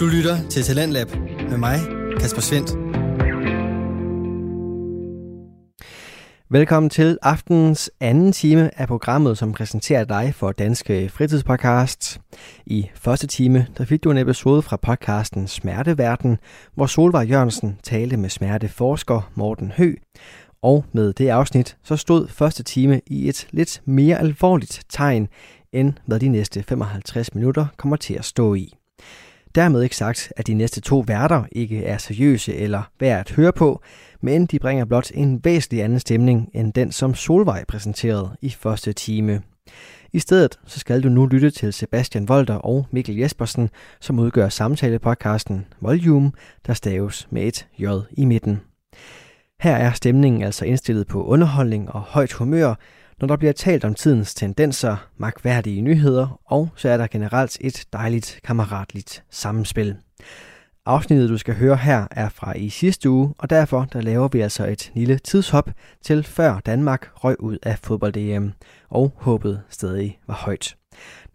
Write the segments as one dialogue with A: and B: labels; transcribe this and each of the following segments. A: Du lytter til Talentlab med mig, Kasper Svendt.
B: Velkommen til aftenens anden time af programmet, som præsenterer dig for Danske Fritidspodcasts. I første time der fik du en episode fra podcasten Smerteverden, hvor Solvar Jørgensen talte med smerteforsker Morten Hø. Og med det afsnit, så stod første time i et lidt mere alvorligt tegn, end hvad de næste 55 minutter kommer til at stå i. Dermed ikke sagt, at de næste to værter ikke er seriøse eller værd at høre på, men de bringer blot en væsentlig anden stemning end den, som Solvej præsenterede i første time. I stedet så skal du nu lytte til Sebastian Volter og Mikkel Jespersen, som udgør samtalepodcasten Volume, der staves med et J i midten. Her er stemningen altså indstillet på underholdning og højt humør, når der bliver talt om tidens tendenser, magtværdige nyheder, og så er der generelt et dejligt kammeratligt sammenspil. Afsnittet, du skal høre her, er fra i sidste uge, og derfor der laver vi altså et lille tidshop til før Danmark røg ud af fodbold-DM, og håbet stadig var højt.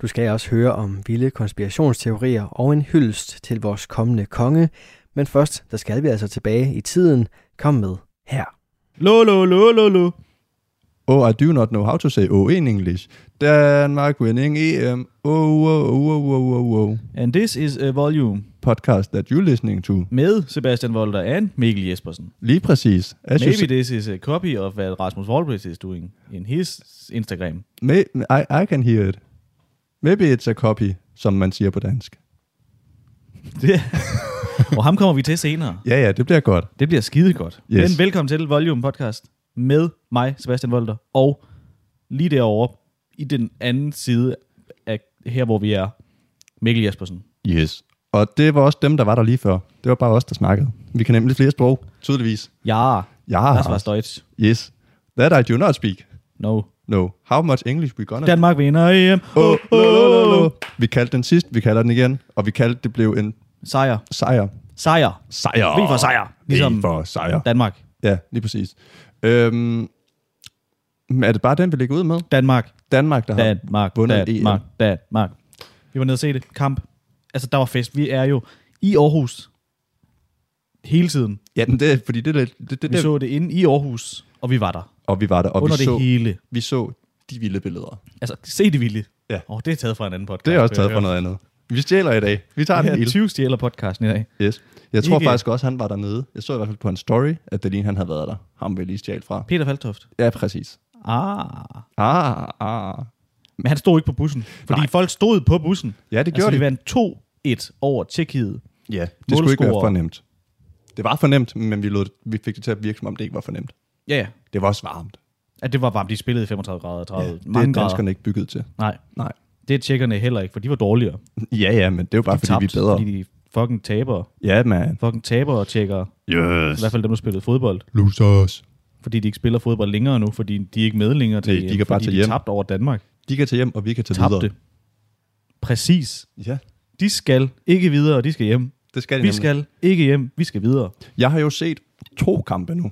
B: Du skal også høre om vilde konspirationsteorier og en hyldest til vores kommende konge, men først, der skal vi altså tilbage i tiden. Kom med her.
C: Lolo, lolo, lolo.
D: Oh, I do not know how to say oh in English. Denmark winning EM. Oh, oh, oh, oh, oh, oh, oh.
C: And this is a volume
D: Podcast that you're listening to.
C: med Sebastian Volter and Mikkel Jespersen.
D: Lige præcis. As you
C: Maybe
D: s-
C: this is a copy of what Rasmus Wahlqvist is doing in his Instagram.
D: may- I, I can hear it. Maybe it's a copy, som man siger på dansk.
C: Det- og ham kommer vi til senere.
D: Ja, ja, det bliver godt.
C: Det bliver skide godt.
D: Yes.
C: Men velkommen til Volume Podcast med mig, Sebastian Volter, og lige derovre i den anden side af her, hvor vi er, Mikkel Jespersen.
D: Yes. Og det var også dem, der var der lige før. Det var bare os, der snakkede. Vi kan nemlig flere sprog, tydeligvis.
C: Ja,
D: Ja,
C: das war Deutsch.
D: yes. That I do not speak.
C: No.
D: No. How much English we gonna
C: Danmark vinder EM.
D: Oh, lo, lo, lo, lo. Vi kaldte den sidst, vi kalder den igen, og vi kaldte, det blev en
C: Sejr.
D: sejr.
C: Sejr.
D: Sejr.
C: Vi får sejr. Ligesom
D: Ligesom for sejr.
C: Danmark.
D: Ja, lige præcis. Øhm, men er det bare den, vi lægger ud med?
C: Danmark.
D: Danmark, der har
C: Danmark,
D: vundet
C: Danmark,
D: EM.
C: Danmark. Vi var nede og se det. Kamp. Altså, der var fest. Vi er jo i Aarhus hele tiden.
D: Ja, men det er, fordi det, er lidt- det, det,
C: Vi
D: det,
C: så det inde i Aarhus, og vi var der.
D: og vi var der, og
C: under
D: vi
C: det
D: så,
C: hele.
D: vi så de vilde billeder.
C: Altså, se det vilde.
D: Ja.
C: Åh, oh, det er taget fra en anden podcast.
D: Det er også taget fra noget andet. Vi stjæler i dag. Vi tager den
C: Ja,
D: hele.
C: 20 stjæler podcasten i dag.
D: Yes. Jeg tror
C: Ikke-
D: faktisk også, han var dernede. Jeg så i hvert fald på en story, at det lige han havde været der. Ham vil lige stjæle fra.
C: Peter Faltoft.
D: Ja, præcis.
C: Ah.
D: Ah, ah.
C: Men han stod ikke på bussen. Fordi Nej. folk stod på bussen.
D: Ja, det gjorde
C: altså,
D: de.
C: vi vandt 2-1 over Tjekkiet.
D: Ja, det skulle ikke være
C: Målscorer.
D: for nemt. Det var for nemt, men vi, lod, vi fik det til at virke, som om det ikke var for nemt.
C: Ja, ja.
D: Det var også varmt.
C: At det var varmt. De spillede i 35 grader og 30. Ja,
D: det er danskerne ikke bygget til.
C: Nej,
D: Nej.
C: det er tjekkerne heller ikke, for de var dårligere.
D: Ja, ja, men det er jo bare, fordi
C: tabt,
D: vi er bedre.
C: Fordi de fucking taber.
D: Ja, man.
C: Fucking taber og tjekker.
D: Yes.
C: I hvert fald dem, der spillede fodbold.
D: Losers.
C: Fordi de ikke spiller fodbold længere nu, fordi de er ikke med længere til
D: Nej, de
C: EM,
D: kan bare
C: fordi
D: tage
C: de
D: hjem.
C: tabt over Danmark.
D: De kan tage hjem, og vi kan tage
C: Tabte.
D: videre.
C: Præcis.
D: Ja,
C: De skal ikke videre, og de skal hjem.
D: det skal de
C: Vi
D: nemlig.
C: skal ikke hjem, vi skal videre.
D: Jeg har jo set to kampe nu.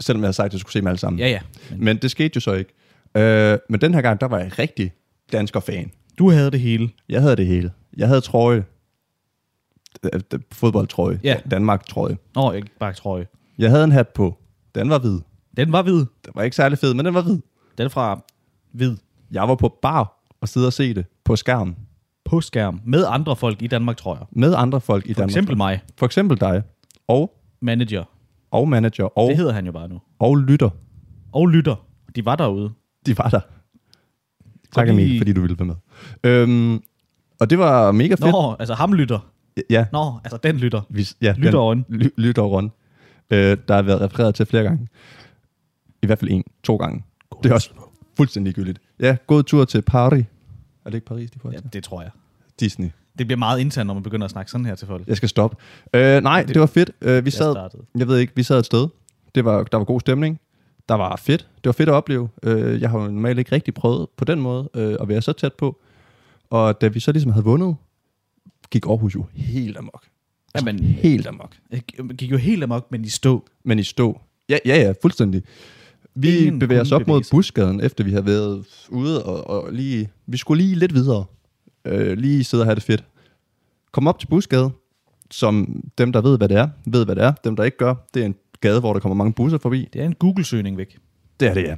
D: Selvom jeg har sagt, at jeg skulle se dem alle sammen.
C: Ja, ja.
D: Men det skete jo så ikke. Øh, men den her gang, der var jeg rigtig dansker-fan.
C: Du havde det hele.
D: Jeg havde det hele. Jeg havde trøje. Øh, øh, Fodboldtrøje.
C: Ja.
D: Danmark-trøje.
C: Nå, jeg gik bare i trøje.
D: Jeg havde en hat på. Den var hvid.
C: Den var hvid.
D: Den var ikke særlig fed, men den var hvid.
C: Den er fra hvid
D: Jeg var på bar og sidde og se det på skærmen
C: på skærm med andre folk i Danmark, tror jeg.
D: med andre folk i
C: For
D: Danmark.
C: eksempel mig,
D: For eksempel dig og,
C: manager.
D: og manager og,
C: Det hedder han jo bare nu.
D: og lytter.
C: Og lytter. De var derude.
D: De var der. Tak,
C: de-
D: Emil, fordi du ville være med. Øhm, og det var mega fedt.
C: Nå, altså ham lytter.
D: Ja,
C: Nå, altså den lytter.
D: vi, ja
C: Lytteråren.
D: den- Ly, lytteråren. Øh, der har været refereret til flere gange. I hvert fald en, to gange. God det er også fuldstændig gyldigt. Ja, god tur til Paris. Er det ikke Paris, de får
C: Ja,
D: ja.
C: det tror jeg.
D: Disney.
C: Det bliver meget internt, når man begynder at snakke sådan her til folk.
D: Jeg skal stoppe. Øh, nej, det, det var fedt. Øh, vi sad,
C: startede.
D: jeg ved ikke, vi sad et sted. Det var, der var god stemning. Der var fedt. Det var fedt at opleve. Øh, jeg har jo normalt ikke rigtig prøvet på den måde øh, at være så tæt på. Og da vi så ligesom havde vundet, gik Aarhus jo helt amok.
C: Jamen,
D: Helt amok.
C: jeg gik jo helt amok, men i stå.
D: Men i stå. Ja, ja, ja, fuldstændig. Vi
C: Ingen
D: Ingen bevæger os
C: kunne
D: op mod
C: bevæge sig.
D: busgaden, efter vi har været ude, og, og lige, vi skulle lige lidt videre. Øh, lige sidde og have det fedt. Kom op til busgaden. som dem, der ved, hvad det er, ved, hvad det er. Dem, der ikke gør, det er en gade, hvor der kommer mange busser forbi.
C: Det er en Google-søgning væk.
D: Det er det, ja.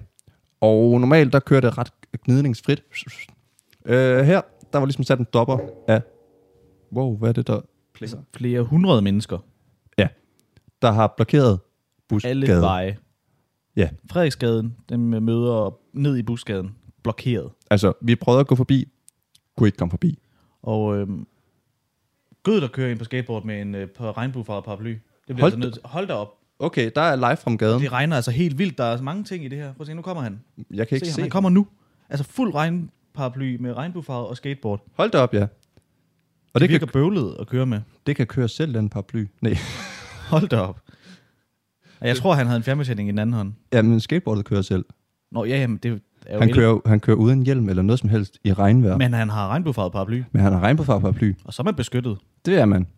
D: Og normalt, der kører det ret gnidningsfrit. Øh, her, der var ligesom sat en stopper af... Wow, hvad er det der?
C: Altså, flere hundrede mennesker.
D: Der har blokeret busgaden.
C: Alle veje.
D: Ja.
C: Frederiksgaden, den møder ned i busgaden. Blokeret.
D: Altså, vi prøvede at gå forbi, kunne ikke komme forbi.
C: Og øhm, Gud, der kører ind på skateboard med en øh, par regnbuefarvet paraply. Det bliver
D: Hold
C: altså nødt til. Hold da op.
D: Okay, der er live fra gaden.
C: Det regner altså helt vildt. Der er altså mange ting i det her. Prøv at se, nu kommer han.
D: Jeg kan ikke
C: se,
D: se.
C: se ham. Han
D: se.
C: kommer nu. Altså fuld regnparaply med regnbuefarvet og skateboard. Og
D: Hold da op, ja. Og
C: det, det
D: det,
C: virker
D: kan,
C: kan... bøvlet at køre med.
D: det kan køre selv, den paraply. Nej,
C: Hold da op. Og Jeg tror, han havde en fjernbetjening i den anden hånd.
D: jamen skateboardet kører selv.
C: Nå, ja, jamen, det er jo
D: Han
C: el-
D: kører, han kører uden hjelm eller noget som helst i regnvejr. Men,
C: Men han har regnbuefarvet paraply,
D: men han har regnbuefarvet paraply.
C: og så er man beskyttet.
D: Det er man. Næsten.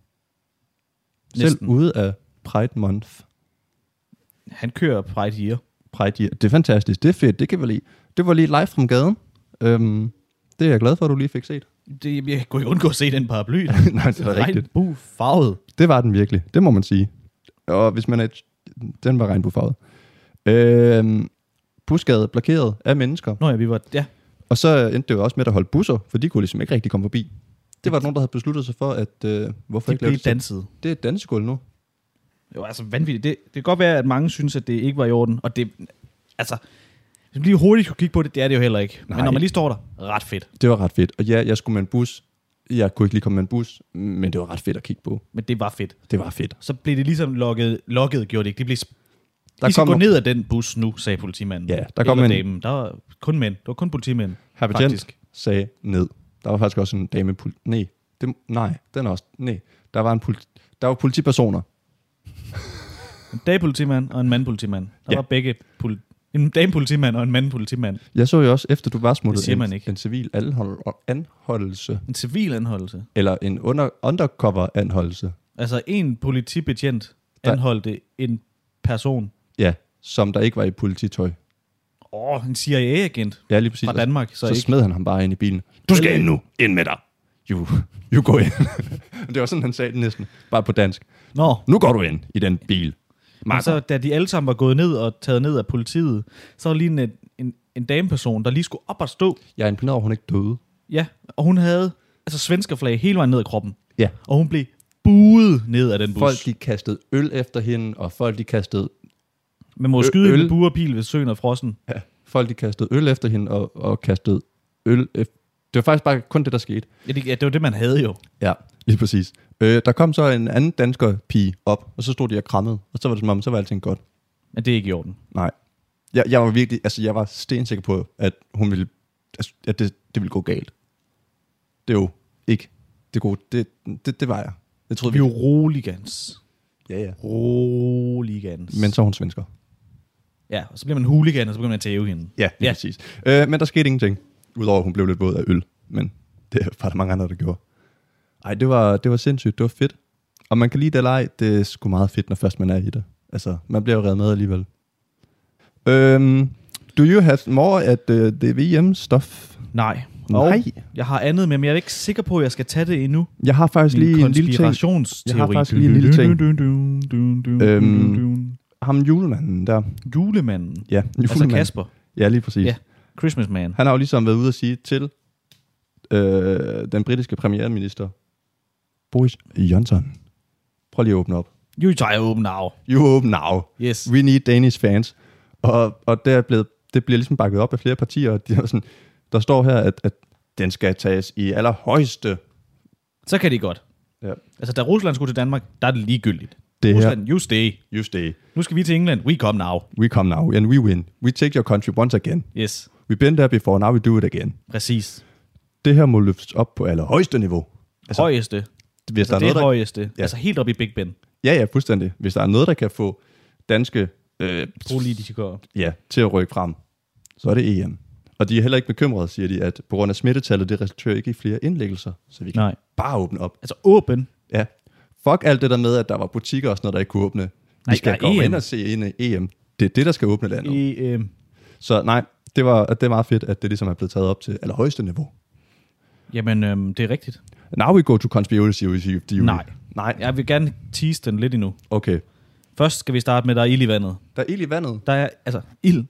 C: Næsten.
D: Selv ude af Pride Month.
C: Han kører Pride Year.
D: Pride Year. Det er fantastisk. Det er fedt. Det kan vi lide. Det var lige live fra gaden. Øhm, det er jeg glad for, at du lige fik set.
C: Det, jeg kunne ikke undgå at se den paraply.
D: Nej, det er da rigtigt.
C: Regnbuefarvet.
D: Det var den virkelig. Det må man sige. Og hvis man er... et- Den var regnbuefarvet. Øhm, busgade blokeret af mennesker.
C: Nå ja, vi var... Ja,
D: Og så endte det jo også med at holde busser, for de kunne ligesom ikke rigtig komme forbi. Det var der nogen, der havde besluttet sig for, at øh, hvorfor
C: de
D: ikke
C: blev
D: lave det? til-
C: danset.
D: Det er et dansegulv nu.
C: Jo, altså vanvittigt. Det, det kan godt være, at mange synes, at det ikke var i orden. Og det... Altså... Hvis man lige hurtigt skulle kigge på det, det er det jo heller ikke. Nej.
D: Nej.
C: Men når man lige står der, ret fedt.
D: Det var ret fedt. Og ja, jeg skulle med en bus. Jeg kunne ikke lige komme med en bus, men det var ret fedt at kigge på.
C: Men det var fedt.
D: Det var fedt.
C: Så blev det ligesom lokket, lokket gjorde det ikke. Det blev sp-
D: Der
C: der I skal
D: kom
C: gå
D: no-
C: ned af den bus nu, sagde politimanden.
D: Ja, der kom
C: Eller
D: en-
C: damen. Der var kun mænd. Der var kun politimænd.
D: Herr betjent
C: Faktisk.
D: sagde ned. Der var faktisk også en dame... Pol- nej, det, nej, den er også... Nej, der var, en pol- der var politipersoner.
C: En damepolitimand og en mandpolitimand. Der
D: Ja.
C: ja. var begge poli- en damepolitimand og en mandpolitimand.
D: Jeg så jo også, efter du var smuttet,
C: Det siger
D: en,
C: man ikke.
D: en civil anhold- anholdelse.
C: En civil anholdelse.
D: Eller en under- undercover-anholdelse.
C: Altså en politibetjent
D: Der-
C: anholdte en person.
D: Ja, som der ikke var i polititøj.
C: Åh, oh, en CIA-agent
D: Ja, lige præcis.
C: fra Danmark. Så,
D: Så,
C: ikke.
D: så smed han ham bare ind i bilen. Du skal ind nu. Ind med dig. You, you go in. det var sådan, han sagde det næsten. Bare på dansk.
C: Nå,
D: Nu går du ind i den bil.
C: men så da de alle sammen var gået ned og taget ned af politiet, så var lige en, en, en dameperson, der lige skulle op og stå.
D: Jeg er imponeret over, at hun ikke døde.
C: Ja, og hun havde altså svenskerflag hele vejen ned ad kroppen.
D: Ja.
C: Og hun blev buet ned af den bus.
D: Folk de kastede øl efter hende, og folk de kastede,
C: Man må
D: Ø-
C: skyde
D: øl.
C: en buerpil, hvis søen er frossen.
D: ja, folk, de kastede øl efter hende, og, og kastede øl efter... Det var faktisk bare kun det, der skete.
C: Ja, det, ja, det var det, man havde jo.
D: Ja, lige præcis. Øh, der kom så en anden dansker pige op, og så stod de og krammede, og så var det som om, så var alting godt.
C: Men det er ikke i orden.
D: Nej. Jeg, jeg var virkelig, altså jeg var stensikker på, at hun ville, altså, at det, det ville gå galt. Det er jo ikke det gode, det, det, det var jeg. Jeg troede,
C: Vi er jo roligans.
D: Ja, ja.
C: Roligans.
D: Men så er hun svensker.
C: Ja, og så bliver man hooligan, og så begynder man at tæve hende.
D: Ja, lige ja. præcis. Øh, men der skete ingenting, udover at hun blev lidt våd af øl. Men det var der mange andre, der gjorde. Ej, det var, det var sindssygt. Det var fedt. Og man kan lide det eller ej, det er sgu meget fedt, når først man er i det. Altså, man bliver jo reddet med alligevel. Øhm, do you have more at uh, the VM stuff?
C: Nej.
D: Nej.
C: Jeg har andet med, men jeg er ikke sikker på, at jeg skal tage det endnu.
D: Jeg har faktisk
C: Min
D: lige en lille ting.
C: konspirationsteori.
D: Jeg har faktisk lige en lille ting. Øhm, Ham julemanden der.
C: Julemanden.
D: Ja,
C: Altså
D: julemanden.
C: Kasper.
D: Ja, lige præcis.
C: Ja. Christmas man.
D: Han har jo ligesom været ude at sige til øh, den britiske premierminister, Boris Johnson. Prøv lige at åbne op.
C: You try open now.
D: You open now.
C: Yes.
D: We need Danish fans. Og, og det, er blevet, det bliver ligesom bakket op af flere partier. og De er sådan, der står her, at, at den skal tages i allerhøjeste.
C: Så kan de godt.
D: Ja.
C: Altså, da Rusland skulle til Danmark, der er det ligegyldigt.
D: Det her,
C: Rusland, you stay.
D: just det.
C: Nu skal vi til England. We come now.
D: We come now and we win. We take your country once again.
C: Yes,
D: We've been there before, now we do it again.
C: præcis.
D: Det her må løftes op på allerhøjeste niveau.
C: Altså, højeste. Altså,
D: Hvis der er
C: det
D: noget, der
C: højeste.
D: Ja.
C: Ja. Altså, helt op i Big Ben.
D: Ja, ja, fuldstændig. Hvis der er noget, der kan få danske øh,
C: Politikere.
D: ja, til at rykke frem, så er det EM. Og de er heller ikke bekymrede, siger de, at på grund af smittetallet, det resulterer ikke i flere indlæggelser, så vi kan
C: Nej.
D: bare åbne op.
C: Altså, åben.
D: Ja. Fuck alt det der med, at der var butikker og sådan noget, der ikke kunne åbne. Vi
C: Nej,
D: skal
C: der er E
D: gå
C: EM.
D: ind og se ind i EM. Det er det, der skal åbne landet.
C: I, øh,
D: Så nej, det, var, det er meget fedt, at det ligesom er blevet taget op til allerhøjeste niveau.
C: jamen, øh, det er rigtigt.
D: Now we go to conspiracy theory.
C: Nej.
D: Nej,
C: Jeg vil gerne tease den lidt endnu.
D: okay.
C: Først skal vi starte med, der er ild i vandet.
D: Der er ild i vandet.
C: Der er, altså, ild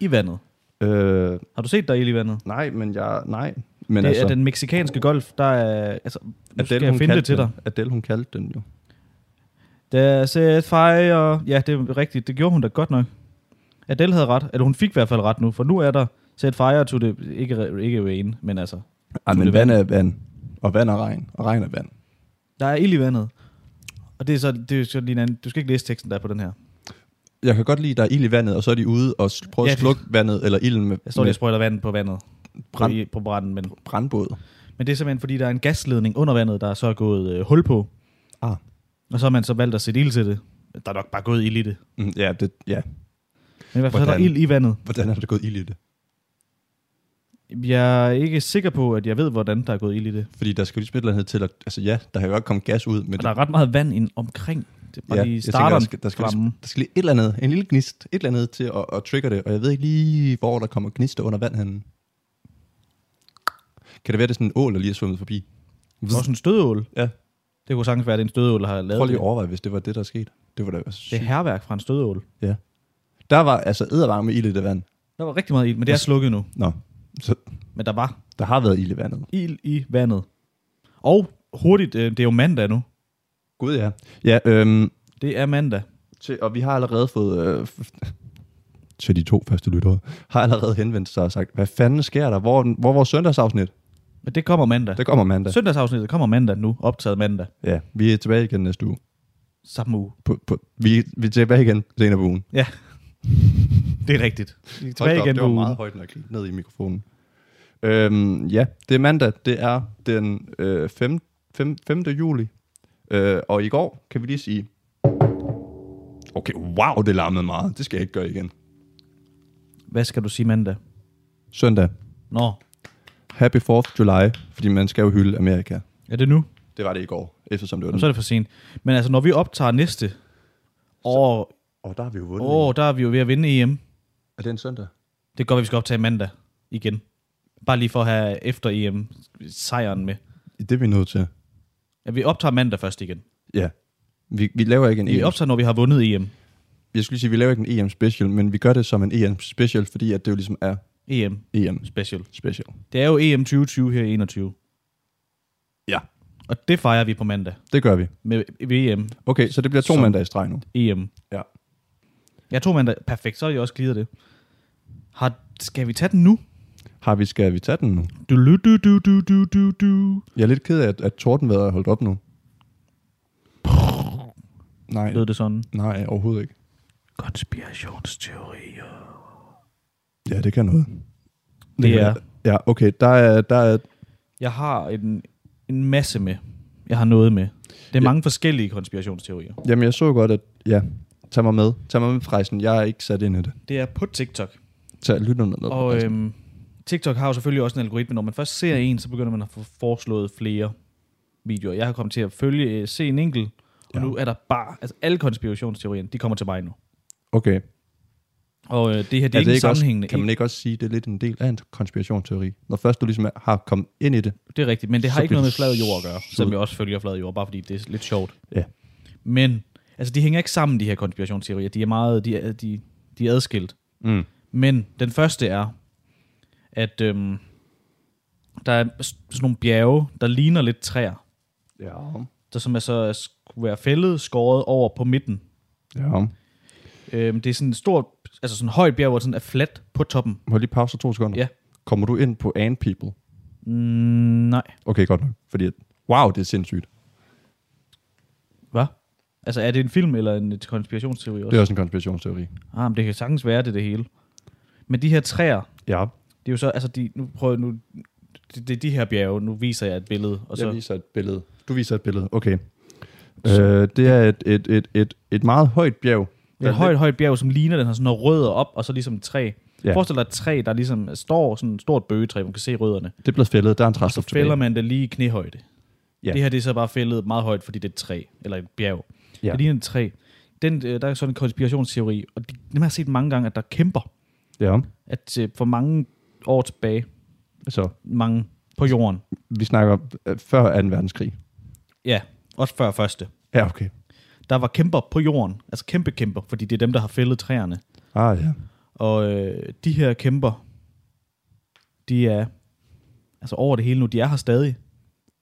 C: i vandet.
D: Øh,
C: Har du set, der er ild i vandet?
D: nej, men jeg... Nej. Men
C: det
D: altså,
C: er den meksikanske golf, der er... Altså, nu skal jeg
D: hun
C: finde
D: kaldte
C: det til dig.
D: den. Adele, hun kaldte den jo.
C: Der set fire. Ja, det er rigtigt. Det gjorde hun da godt nok. Adele havde ret. Eller hun fik i hvert fald ret nu, for nu er der set fire to det ikke, ikke rain, men altså,
D: Ej,
C: men
D: men vand er vand. Og vand er regn. Og regn er vand.
C: der er ild i vandet. Og det er så, det er så lige en anden, du skal ikke læse teksten der er på den her.
D: Jeg kan godt lide, at der er ild i vandet, og så er de ude og sl- prøver
C: Ja,
D: at
C: det-
D: slukke vandet, eller ilden med,
C: Jeg står lige
D: med
C: og sprøjter vand på vandet, på,
D: Brand.
C: i, på branden, men,
D: brandbåd.
C: men det er simpelthen, fordi der er en gasledning under vandet, der er så gået øh, hul på,
D: Ah.
C: og så har man så valgt at sætte ild til det. Der er nok bare gået ild i det.
D: Mm, Ja, det, ja,
C: Men i hvert fald så er der
D: Hvordan?
C: ild i vandet.
D: hvordan er der gået ild i det?
C: Jeg er ikke sikker på, at jeg ved, hvordan der er gået ild i det.
D: Fordi der skal jo ligesom et eller andet til at... Altså ja, der har jo ikke kommet gas ud, men...
C: Og der er ret meget vand ind omkring. Det er bare
D: ja,
C: ja, lige
D: jeg
C: starter
D: der skal, der, skal lige, der skal lige et eller andet, en lille gnist, et eller andet til at, at trigger det, og jeg ved ikke lige, hvor der kommer gnister under vand henne. Kan det være, det er sådan en ål, der lige er svømmet forbi?
C: Det er også en stødeål.
D: Ja,
C: Det kunne sagtens være, at det er en stødeål, der har lavet
D: prøv lige
C: det.
D: at overveje, hvis det var det, der skete. Det var da
C: Det er
D: sygt.
C: herværk fra en stødeål.
D: Ja. Der var altså ædervarme med ild i det vand.
C: Der var rigtig meget ild, men det er slukket nu.
D: Nå, så
C: Men der var
D: der har været ild i vandet.
C: ild i vandet. Og hurtigt, øh, det er jo mandag nu.
D: Gud ja. Ja, øhm,
C: Det er mandag.
D: til, og vi har allerede fået... Øh, f- til de to første lyttere, har allerede henvendt sig og sagt, hvad fanden sker der? Hvor, er den- hvor er vores søndagsafsnit?
C: Men det kommer mandag.
D: Der kommer mandag.
C: Søndagsafsnittet kommer mandag nu, optaget mandag.
D: Ja, vi er tilbage igen næste uge.
C: Samme uge.
D: På, på, vi, vi er tilbage igen senere på ugen.
C: Ja, det er rigtigt. Vi er tilbage igen på ugen.
D: højt nok ned i mikrofonen. Øhm, ja, det er mandag. Det er den øh, 5, 5, 5. juli. Øh, og i går kan vi lige sige... Okay, wow, det larmede meget. Det skal jeg ikke gøre igen.
C: Hvad skal du sige mandag?
D: Søndag.
C: Nå,
D: Happy 4th July, fordi man skal jo hylde Amerika.
C: er det nu?
D: Det var det i går, eftersom det var
C: Jamen, så er det for sent. Men altså, når vi optager næste år,
D: Og der har vi jo vundet.
C: åh, der er vi jo ved at vinde EM.
D: Er det en søndag?
C: Det går, at vi skal optage mandag igen. Bare lige for at have efter EM sejren med.
D: Det er vi nødt til.
C: Ja, vi optager mandag først igen.
D: Ja. Vi, vi laver ikke en
C: Vi
D: EM.
C: optager, når vi har vundet E EM.
D: Jeg skulle lige sige, vi laver ikke en EM special, men vi gør det som en EM special, fordi at det jo ligesom er
C: EM
D: EM
C: E special.
D: special.
C: Det er jo E EM 2020 her i 21.
D: Ja.
C: Og det fejrer vi på mandag
D: Det gør vi.
C: med E VM,
D: Okay, så det bliver to
C: Som-
D: mandage i streg nu.
C: EM.
D: Ja.
C: Jeg tog mandag. Perfekt, så er jeg også glider det. Har, skal vi tage den nu?
D: Har vi, skal vi tage den nu?
C: Du, du, du, du, du, du, du, du.
D: Jeg er lidt ked af, at, at tordenvejret er holdt op nu. Nej,
C: Lød det sådan.
D: nej, overhovedet ikke.
C: Konspirationsteorier.
D: Ja, det kan noget.
C: Det
D: kan
C: er-
D: noget. Ja, okay, der er, der er,
C: Jeg har en, en masse med. Jeg har noget med. Det er
D: Ja.
C: mange forskellige konspirationsteorier.
D: jamen jeg så jo godt, at, ja, tag mig med. Tag mig med, Frejsen, jeg er ikke sat ind i det.
C: Det er på TikTok.
D: Tag lytterne med.
C: Og øhm, TikTok har jo selvfølgelig også en algoritme. Når man først ser en, så begynder man at få foreslået flere videoer. Jeg har kommet til at følge, øh, se en enkelt, og
D: Ja.
C: ja. nu er der bare, altså alle konspirationsteorierne, de kommer til mig nu.
D: Okay.
C: Og øh, det her, det er, er øh, ikke en sammenhængende.
D: også, kan man ikke også sige, at det er lidt en del af en konspirationsteori? Når først du ligesom er- har kommet ind i det.
C: Det er rigtigt, men det har
D: Så
C: ikke
D: bliver
C: noget med
D: du
C: flad jord at gøre,
D: suget.
C: selvom jeg også følger flad jord, bare fordi det er lidt sjovt.
D: Ja.
C: Men, altså de hænger ikke sammen, de her konspirationsteorier. De er meget, de er, de, de er adskilt.
D: Mm.
C: Men den første er, at øhm, der er s- sådan nogle bjerge, der ligner lidt træer,
D: Ja.
C: der som er så øh, skulle være fældet, skåret over på midten.
D: ja.
C: Øhm, det er sådan en stor, altså sådan en højt bjerg, hvor det sådan er fladt på toppen.
D: Må jeg lige pause to sekunder?
C: Ja.
D: Kommer du ind på Ant People?
C: Mm, nej.
D: Okay, godt nok. Fordi, at- wow, det er sindssygt.
C: Hvad? Altså er det en film eller en konspirationsteori også?
D: Det er også en konspirationsteori.
C: Ah, men det kan sagtens være det, er det hele. Men de her træer,
D: Ja.
C: det er jo så, altså de, nu prøver jeg nu, det, det er de her bjerge, nu viser jeg et billede, og
D: Og
C: så,
D: så... Jeg viser et billede. Du viser et billede. Okay. Øh, det er et, et, et, et, et meget højt bjerg.
C: det er et højt, højt bjerg, som ligner, den har sådan noget rødder op, og så ligesom et træ.
D: Ja.
C: Ja. Forestil dig et træ, der ligesom står sådan et stort bøgetræ, hvor man kan se rødderne.
D: Det er blevet fældet. Der er en træs
C: Så Altså, fælder man det lige i knæhøjde.
D: Ja.
C: Ja. Det her det er så bare fældet meget højt, fordi det er et træ, eller et bjerg.
D: Ja.
C: Ja. Det ligner et træ. Den, øh, der er sådan en konspirationsteori, og de, dem har jeg set mange gange, at der kæmper,
D: Ja.
C: at øh, for mange år tilbage,
D: Så
C: mange på jorden,
D: vi snakker øh, før 2. verdenskrig.
C: ja, Også før første.
D: Ja, okay.
C: Der var kæmper på jorden. Altså kæmpe kæmper, fordi det er dem, der har fældet træerne.
D: Ah, ja.
C: Og øh, de her kæmper, de er altså over det hele nu. De er her stadig.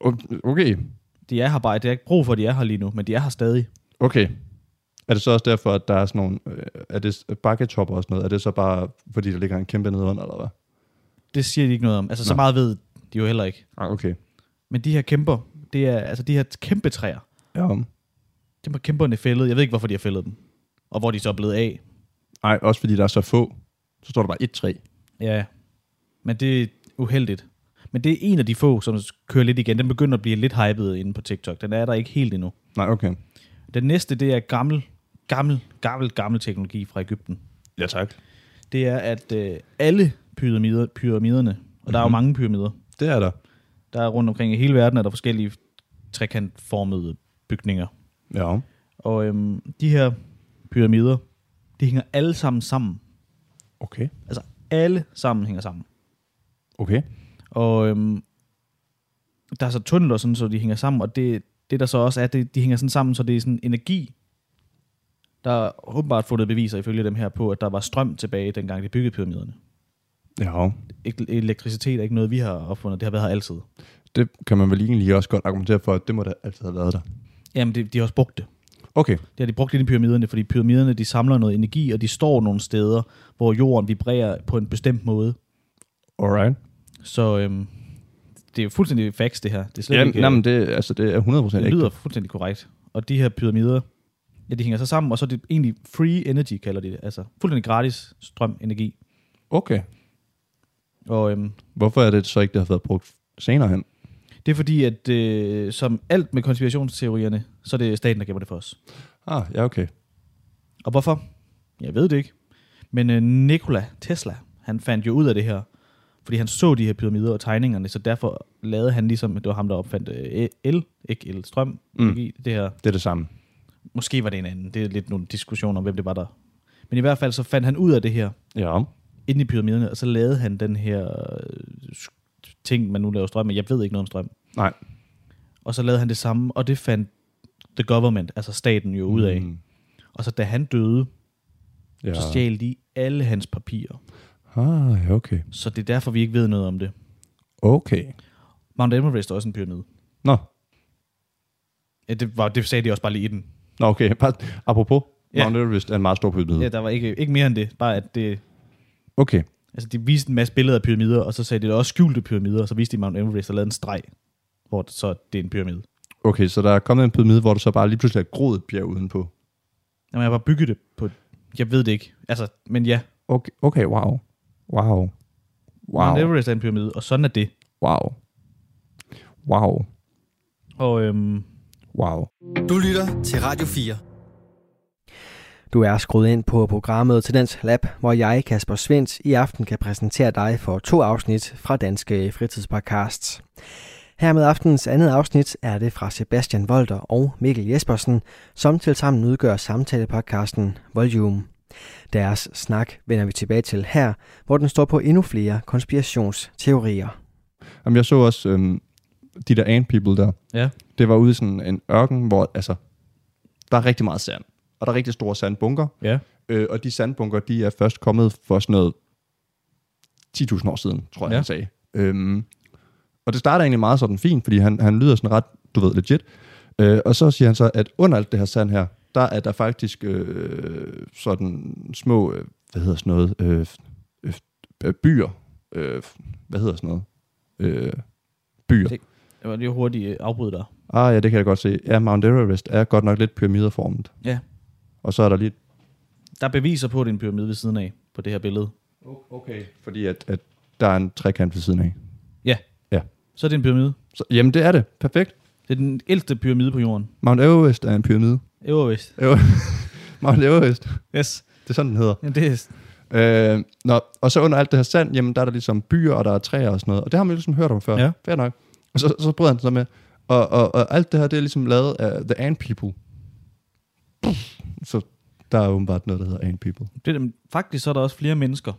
D: O- Okay.
C: De er her bare. Det er ikke brug for, at de er her lige nu, men de er her stadig.
D: Okay. Er det så også derfor, at der er sådan nogle... øh, Er det bakketopper og sådan noget? Er det så bare, fordi der ligger en kæmpe nede under, eller hvad?
C: Det siger de ikke noget om. Altså, så
D: Nå.
C: meget ved de jo heller ikke.
D: Ah, okay.
C: Men de her kæmper, det er altså de her kæmpe træer.
D: Ja. om.
C: Dem har kæmperne fældet. Jeg ved ikke, hvorfor de har fældet dem. Og hvor de så er blevet af.
D: Ej, også fordi der er så få. Så står der bare et træ.
C: Ja, men det er uheldigt. Men det er en af de få, som kører lidt igen. Den begynder at blive lidt hyped inde på TikTok. Den er der ikke helt endnu.
D: Nej, okay.
C: Den næste, det er gammel, gammel, gammel, gammel teknologi fra Ægypten.
D: Ja, tak.
C: Det er, at øh, alle pyramider, pyramiderne, og der er jo
D: Mhm.
C: mange pyramider,
D: Det er der.
C: der er rundt omkring i hele verden, er der forskellige trekantformede bygninger.
D: Ja.
C: Og øhm, de her pyramider, de hænger alle sammen sammen.
D: Okay.
C: Altså alle sammen hænger sammen.
D: Okay.
C: Og øhm, der er så tunneler, sådan, så de hænger sammen, og det, det der så også er, det, de hænger sådan sammen, så det er sådan energi. Der er åbenbart fundet beviser ifølge dem her på, at der var strøm tilbage, dengang de byggede pyramiderne.
D: Ja.
C: Ek- elektricitet er ikke noget, vi har opfundet, det har været her altid.
D: Det kan man vel egentlig også godt argumentere for, at det må da altid have været der.
C: Jamen, det, de har også brugt det.
D: Okay.
C: Det har de brugt inde i pyramiderne, fordi pyramiderne, de samler noget energi, og de står nogle steder, hvor jorden vibrerer på en bestemt måde.
D: Alright.
C: Så øhm, det er jo fuldstændig facts, det her. Det er slet
D: Ja,
C: ikke, øh,
D: ikke, jamen, det, altså, det er 100%
C: Det
D: ægte.
C: lyder fuldstændig korrekt. Og de her pyramider, ja, de hænger så sammen, og så er det egentlig free energy, kalder de det. Altså fuldstændig gratis strøm, energi.
D: Okay.
C: Og øhm,
D: Hvorfor er det så ikke, det har været brugt senere hen?
C: det er fordi, at øh, som alt med konspirationsteorierne, så er det staten, der gemmer det for os.
D: Ah, ja, okay.
C: Og hvorfor? Jeg ved det ikke. Men øh, Nikola Tesla, han fandt jo ud af det her, fordi han så de her pyramider og tegningerne, så derfor lavede han ligesom, det var ham, der opfandt øh, el, ikke el, strøm,
D: Mm.
C: energi, det her
D: Det er det samme.
C: Måske var det en anden. Det er lidt nogle diskussioner om, hvem det var der. Men i hvert fald så fandt han ud af det her
D: Ja.
C: inde i pyramiderne, og så lavede han den her øh, sk- ting, man nu laver strøm af. Jeg ved ikke noget om strøm.
D: Nej.
C: Og så lavede han det samme, og det fandt the government, altså staten jo ud af. Mm.
D: Mm.
C: Og så da han døde,
D: Ja.
C: ja. så stjal de alle hans papirer.
D: Ah, ja, okay.
C: Så det er derfor, vi ikke ved noget om det.
D: Okay.
C: Mount Everest er også en pyramide.
D: Nå,
C: Ja, det, var, det sagde de også bare lige i den.
D: Nå okay. Bare, apropos,
C: Ja.
D: ja. Mount Everest er en meget stor pyramide.
C: Ja,
D: Ja.
C: der var ikke, ikke mere end det. Bare at det,
D: Okay.
C: Altså, de viste en masse billeder af pyramider, og så sagde de, det er også skjulte pyramider, og så viste de Mount Everest og lavede en streg, hvor det, så det er en pyramide.
D: Okay, så der er kommet en pyramide, hvor du så bare lige pludselig har groet et bjerg udenpå.
C: Jamen, jeg har bare bygget det på... Jeg ved det ikke. Altså, men ja,
D: Okay, okay wow. Wow.
C: wow.
D: Wow.
C: Mount Everest er en pyramide, og sådan er det.
D: Wow. Wow.
C: Og øhm,
D: Wow.
A: Du lytter til Radio 4.
B: Du er skruet ind på programmet Tendens Lab, hvor jeg, Kasper Svendt, i aften kan præsentere dig for to afsnit fra Danske Fritidspodcasts. Her med aftenens andet afsnit er det fra Sebastian Volter og Mikkel Jespersen, som tilsammen udgør samtalepodcasten Volume. Deres snak vender vi tilbage til her, hvor den står på endnu flere konspirationsteorier.
D: Jamen, jeg så også øhm, de der ant people der.
C: Ja.
D: Det var ude i sådan en ørken, hvor altså, der er rigtig meget sand. Og der er rigtig store sandbunker.
C: ja,
D: Øh, og de sandbunker, de er først kommet for sådan noget 10.000 år siden, tror jeg,
C: Ja.
D: ja. han sagde. Øhm, og det starter egentlig meget sådan fint, fordi han, han lyder sådan ret, du ved, legit. Øh, og så siger han så, at under alt det her sand her, der er der faktisk øh, sådan små, øh, hvad hedder sådan noget, øh, øh, øh, byer. Øh, hvad hedder sådan noget? Øh, byer.
C: Det- jeg var lige hurtigt øh, afbryde dig.
D: Ah ja, det kan jeg godt se. Ja, Mount Everest er godt nok lidt pyramideformet.
C: Ja.
D: Og så er der lige
C: Der er beviser på, at det er en pyramide ved siden af, på det her billede.
D: Okay. Fordi at, at der er en trekant ved siden af.
C: Så er det en pyramide.
D: Så, jamen, det er det. Perfekt.
C: Det er den ældste pyramide på jorden.
D: Mount Everest er en pyramide.
C: Everest.
D: Ever- Mount Everest.
C: Yes.
D: Det er sådan, den hedder.
C: Ja, det er,
D: Øh, nå, og så under alt det her sand, jamen, der er der ligesom byer, og der er træer og sådan noget. Og det har man jo ligesom hørt om før.
C: Ja.
D: Fair nok. Og så, så bryder han sig med. Og, og, og alt det her, det er ligesom lavet af The Ant People. Så der er åbenbart noget, der hedder Ant People.
C: det er, faktisk så er der også flere mennesker.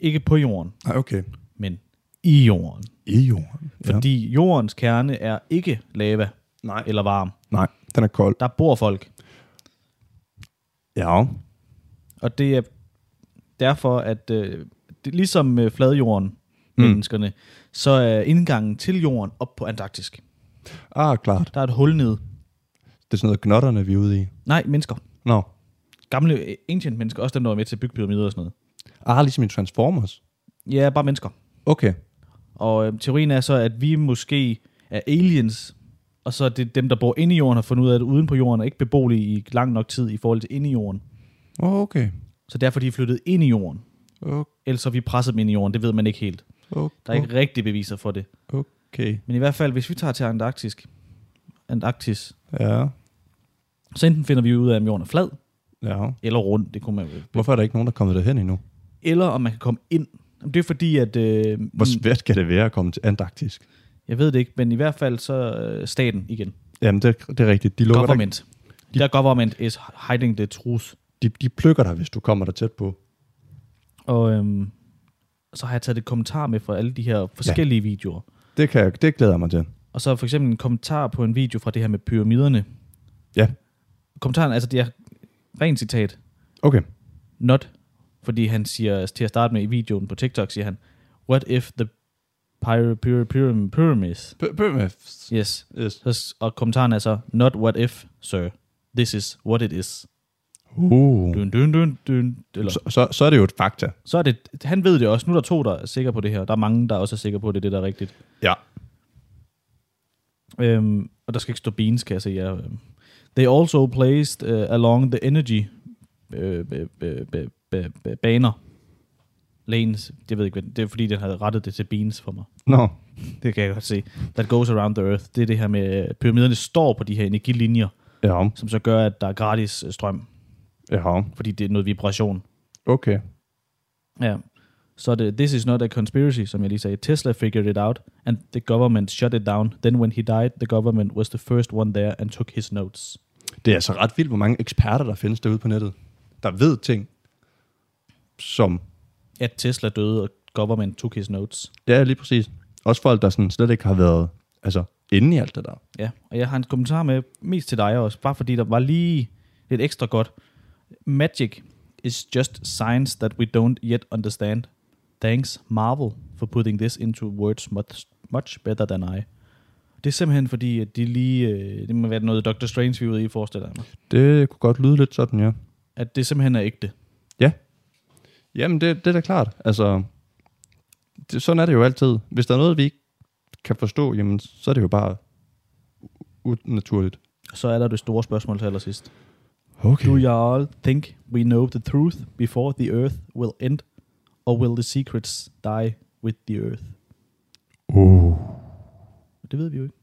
C: Ikke på jorden,
D: Ah, okay.
C: men i jorden.
D: I jorden.
C: Fordi jordens kerne er ikke lava.
D: Nej.
C: eller varm.
D: Nej, den er kold.
C: Der bor folk,
D: Ja.
C: og det er derfor, at øh, det, ligesom øh, fladjorden,
D: Mm.
C: mm. menneskerne, så er indgangen til jorden op på Antarktisk.
D: Ah, klart.
C: Der er et hul ned.
D: Det er sådan noget gnotterne, vi er ude i.
C: Nej, mennesker.
D: Nå.
C: Gamle øh, ancient mennesker, også dem, der var med til at bygge pyramider og sådan noget.
D: Ah, ligesom i Transformers.
C: Ja, bare mennesker.
D: Okay.
C: Og øh, teorien er så, at vi måske er aliens, og så er det dem, der bor inde i jorden, har fundet ud af, at uden på jorden er ikke beboelige i lang nok tid i forhold til inde i jorden.
D: Okay.
C: Så derfor de er flyttet ind i jorden.
D: Okay.
C: Ellers har vi presset dem ind i jorden, det ved man ikke helt. Der er ikke rigtige beviser for det.
D: Okay.
C: Men i hvert fald, hvis vi tager til Antarktisk, Antarktis,
D: Ja.
C: så enten finder vi ud af, om jorden er flad
D: Ja.
C: eller rund, det kunne man jo.
D: Hvorfor er der ikke nogen, der er kommet derhen endnu?
C: Eller om man kan komme ind. Jamen, Det er fordi, at... Øh, mm,
D: Hvor svært kan det være at komme til Antarktisk?
C: Jeg ved det ikke, men i hvert fald så øh, staten igen.
D: Jamen, det, er- det er rigtigt. De, lukker dig,
C: Government. Der government is hiding the truth.
D: de, de plukker dig, hvis du kommer der tæt på.
C: Og øhm, så har jeg taget et kommentar med fra alle de her forskellige ja. videoer.
D: Det, kan jeg, det glæder jeg mig til.
C: Og så for eksempel en kommentar på en video fra det her med pyramiderne.
D: Ja.
C: Kommentaren, altså det er rent citat,
D: Okay.
C: not, fordi han siger til at starte med i videoen på TikTok, siger han, what if the pyra- pyra- pyram- pyramids,
D: Bømøfs.
C: yes,
D: Yes.
C: Så s- og kommentaren er så, not what if, sir, this is what it is.
D: Uh.
C: Dun, dun, dun, dun, eller,
D: Så, så, så er det jo et fakta.
C: så er det, han ved det også. Nu er der to, der er sikre på det her. Der er mange, der også er sikre på, at det er det, der er rigtigt.
D: Ja.
C: Øhm, og der skal ikke stå beans, kan jeg se. Ja. They also placed uh, along the energy øh, b- b- b- b- b- baner. Lanes, jeg ved ikke, hvad- det er fordi, den havde rettet det til beans for mig.
D: Nå.
C: Det kan jeg godt se. That goes around the earth. Det er det her med, øh, pyramiderne står på de her energilinjer,
D: Ja.
C: som så gør, at der er gratis øh, strøm,
D: Ja.
C: fordi det er noget vibration.
D: Okay.
C: Ja. Så er det, this is not a conspiracy, som jeg lige sagde. Tesla figured it out, and the government shut it down. Then when he died, the government was the first one there and took his notes.
D: Det er altså ret vildt, hvor mange eksperter, der findes derude på nettet, der ved ting, som...
C: At Tesla døde, og government took his notes.
D: Ja, lige præcis. Også folk, der sådan slet ikke har været altså, inde i alt det der.
C: Ja, og jeg har en kommentar med, mest til dig også, bare fordi der var lige lidt ekstra godt. Magic is just science that we don't yet understand. Thanks Marvel for putting this into words much, much better than I. Det er simpelthen fordi, at de lige, øh, det må være noget Dr. Strange, vi er ude i, forestiller jeg mig.
D: Det kunne godt lyde lidt sådan, ja.
C: at det simpelthen er ægte.
D: Ja. Jamen, det, det er da klart. Altså, det, sådan er det jo altid. Hvis der er noget, vi ikke kan forstå, jamen, så er det jo bare u- unaturligt.
C: Så er der det store spørgsmål til allersidst.
D: Okay.
C: Do
D: Du, ja.
C: you all think we know the truth before the earth will end? Or will the secrets die with the earth?
D: oh,
C: Det ved vi jo ikke.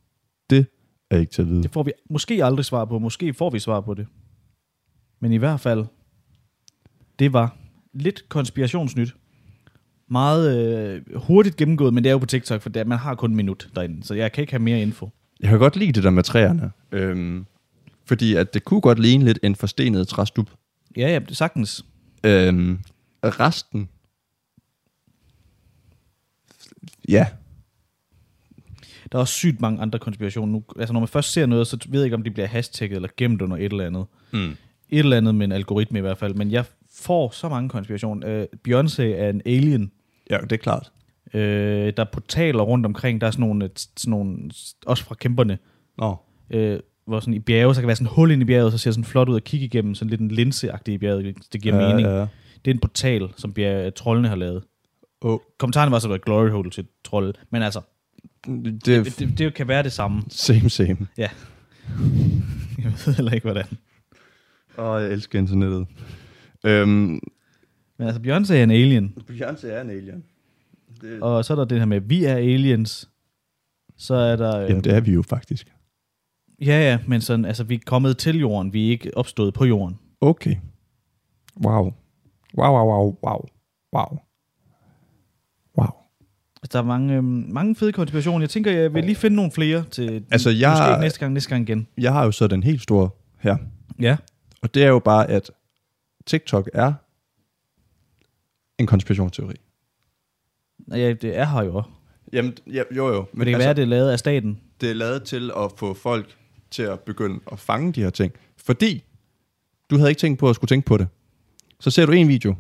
D: det er ikke til at vide.
C: Det får vi måske aldrig svar på. Måske får vi svar på det. Men i hvert fald, det var lidt konspirationsnyt. Meget øh, hurtigt gennemgået, men det er jo på TikTok, for det, er- man har kun en minut derinde, så jeg kan ikke have mere info.
D: Jeg kan godt lide det der med træerne. Øhm, fordi at det kunne godt ligne lidt en forstenet træstup.
C: Ja, ja, det sagtens.
D: Øhm, resten. Ja.
C: Der er også sygt mange andre konspirationer nu. Altså, når man først ser noget, så ved jeg ikke, om de bliver hashtagget eller gemt under et eller andet.
D: Mm.
C: Et eller andet med en algoritme i hvert fald. Men jeg får så mange konspirationer. Øh, Beyoncé er en alien.
D: Ja, det er klart.
C: Øh, der er portaler rundt omkring. Der er sådan nogle, øh, sådan nogle også fra kæmperne,
D: Nå.
C: øh, hvor sådan i bjerge, så kan være sådan en hul ind i bjerget, så ser sådan flot ud at kigge igennem, sådan lidt en linseagtig i bjerget, hvis det giver ja, mening. Ja.
D: Ja,
C: Det er en portal, som bjerg, øh, trollene har lavet.
D: Åh.
C: Kommentaren var så, at det var et glory hole til trolde, men altså,
D: Øh, det er
C: det,
D: f-
C: det, det kan være det samme.
D: same, same.
C: Ja. Jeg ved heller ikke, hvordan.
D: Åh, jeg elsker internettet. Øhm,
C: Men altså, Beyoncé er en alien,
D: Beyoncé er en alien. Det...
C: og så er der det her med, vi er aliens. Så er der... Øh,
D: Jamen, det er vi jo faktisk.
C: Ja, ja, men sådan, altså, vi er kommet til jorden, vi er ikke opstået på jorden.
D: Okay. Wow. Wow, wow, wow, wow. Wow. Wow.
C: Altså, der er mange, øh, mange fede konspirationer. Jeg tænker, jeg vil lige finde nogle flere til
D: Altså, jeg-
C: måske næste gang, næste gang igen.
D: Jeg har jo så den helt store her.
C: Ja.
D: Og det er jo bare, at TikTok er en konspirationsteori.
C: ja det er her jo. Men
D: Jamen, ja, jo jo. Men altså-
C: det kan altså, være, det er lavet af staten.
D: det er lavet til at få folk til at begynde at fange de her ting. Fordi du havde ikke tænkt på at skulle tænke på det. Så ser du en video,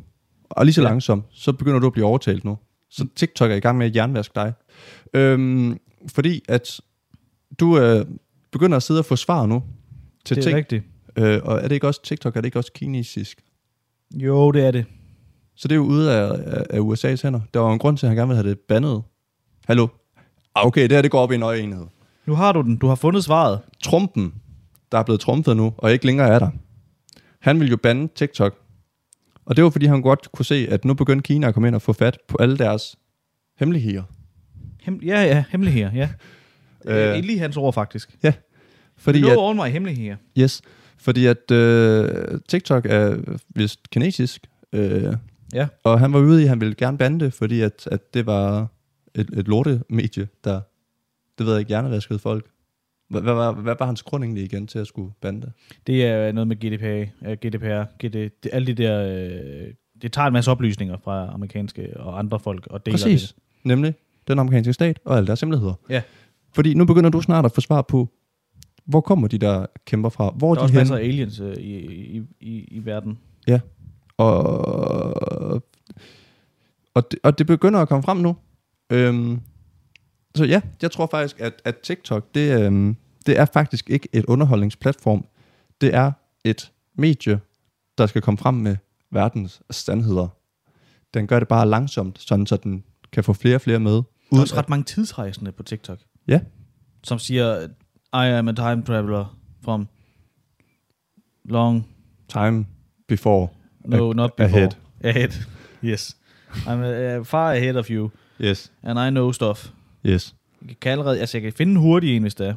D: og lige så
C: Ja.
D: langsomt, så begynder du at blive overtalt nu. Så TikTok er i gang med at jernvaske dig. Øhm, fordi at du øh, begynder at sidde og få svar nu til
C: det er
D: ting.
C: rigtigt.
D: Øh, og er det ikke også TikTok, er det ikke også kinesisk?
C: Jo, det er det.
D: Så det er jo ude af, af, af USA's hænder. Der var jo en grund til, at han gerne ville have det bandet. Hallo? Ah, Okay, det her det går op i en øje enhed.
C: Nu har du den. Du har fundet svaret.
D: Trumpen, der er blevet trumpet nu, og ikke længere er der, han ville jo bande TikTok. Og det var, fordi han godt kunne se, at nu begyndte Kina at komme ind og få fat på alle deres hemmeligheder.
C: Hem, ja, ja. Hemmelig her, ja.
D: Øh.
C: Øh. Lige hans ord, faktisk. Fordi
D: Fordi
C: du
D: at,
C: over mig hemmelig her.
D: yes, fordi at øh, TikTok er vist kinesisk, øh,
C: Ja.
D: og han var ude i, at han ville gerne bande det, fordi at, at det var et, et lortemedie, der, det ved jeg ikke, hjernevaskede folk. Hvad, hvad, var, hvad var hans grund egentlig igen til at skulle bande det?
C: Det er noget med GDPR, øh, GDPR GD, det, alle de der... Øh, det tager en masse oplysninger fra amerikanske og andre folk og deler
D: Præcis.
C: det.
D: Nemlig den amerikanske stat og alle deres hemmeligheder.
C: Ja.
D: Fordi nu begynder du snart at få svar på, hvor kommer de der kæmper fra? Hvor
C: Der er
D: er de
C: også
D: hen?
C: masser af aliens øh, i, i, i, i verden.
D: Og, og, det, og det begynder at komme frem nu. Øhm, så ja, jeg tror faktisk, at, at TikTok, det, øhm, det er faktisk ikke et underholdningsplatform. Det er et medie, der skal komme frem med verdens sandheder. Den gør det bare langsomt, sådan så den kan få flere og flere med.
C: Der er
D: uden
C: også ret mange tidsrejsende på TikTok.
D: Ja.
C: Som siger, I am a time traveler from long,
D: at time before.
C: no, not before.
D: ahead.
C: Ahead. Yes. I'm uh, far ahead of you,
D: Yes,
C: and I know stuff.
D: yes.
C: Jeg kan allerede, altså jeg kan finde hurtigt en, hvis det er.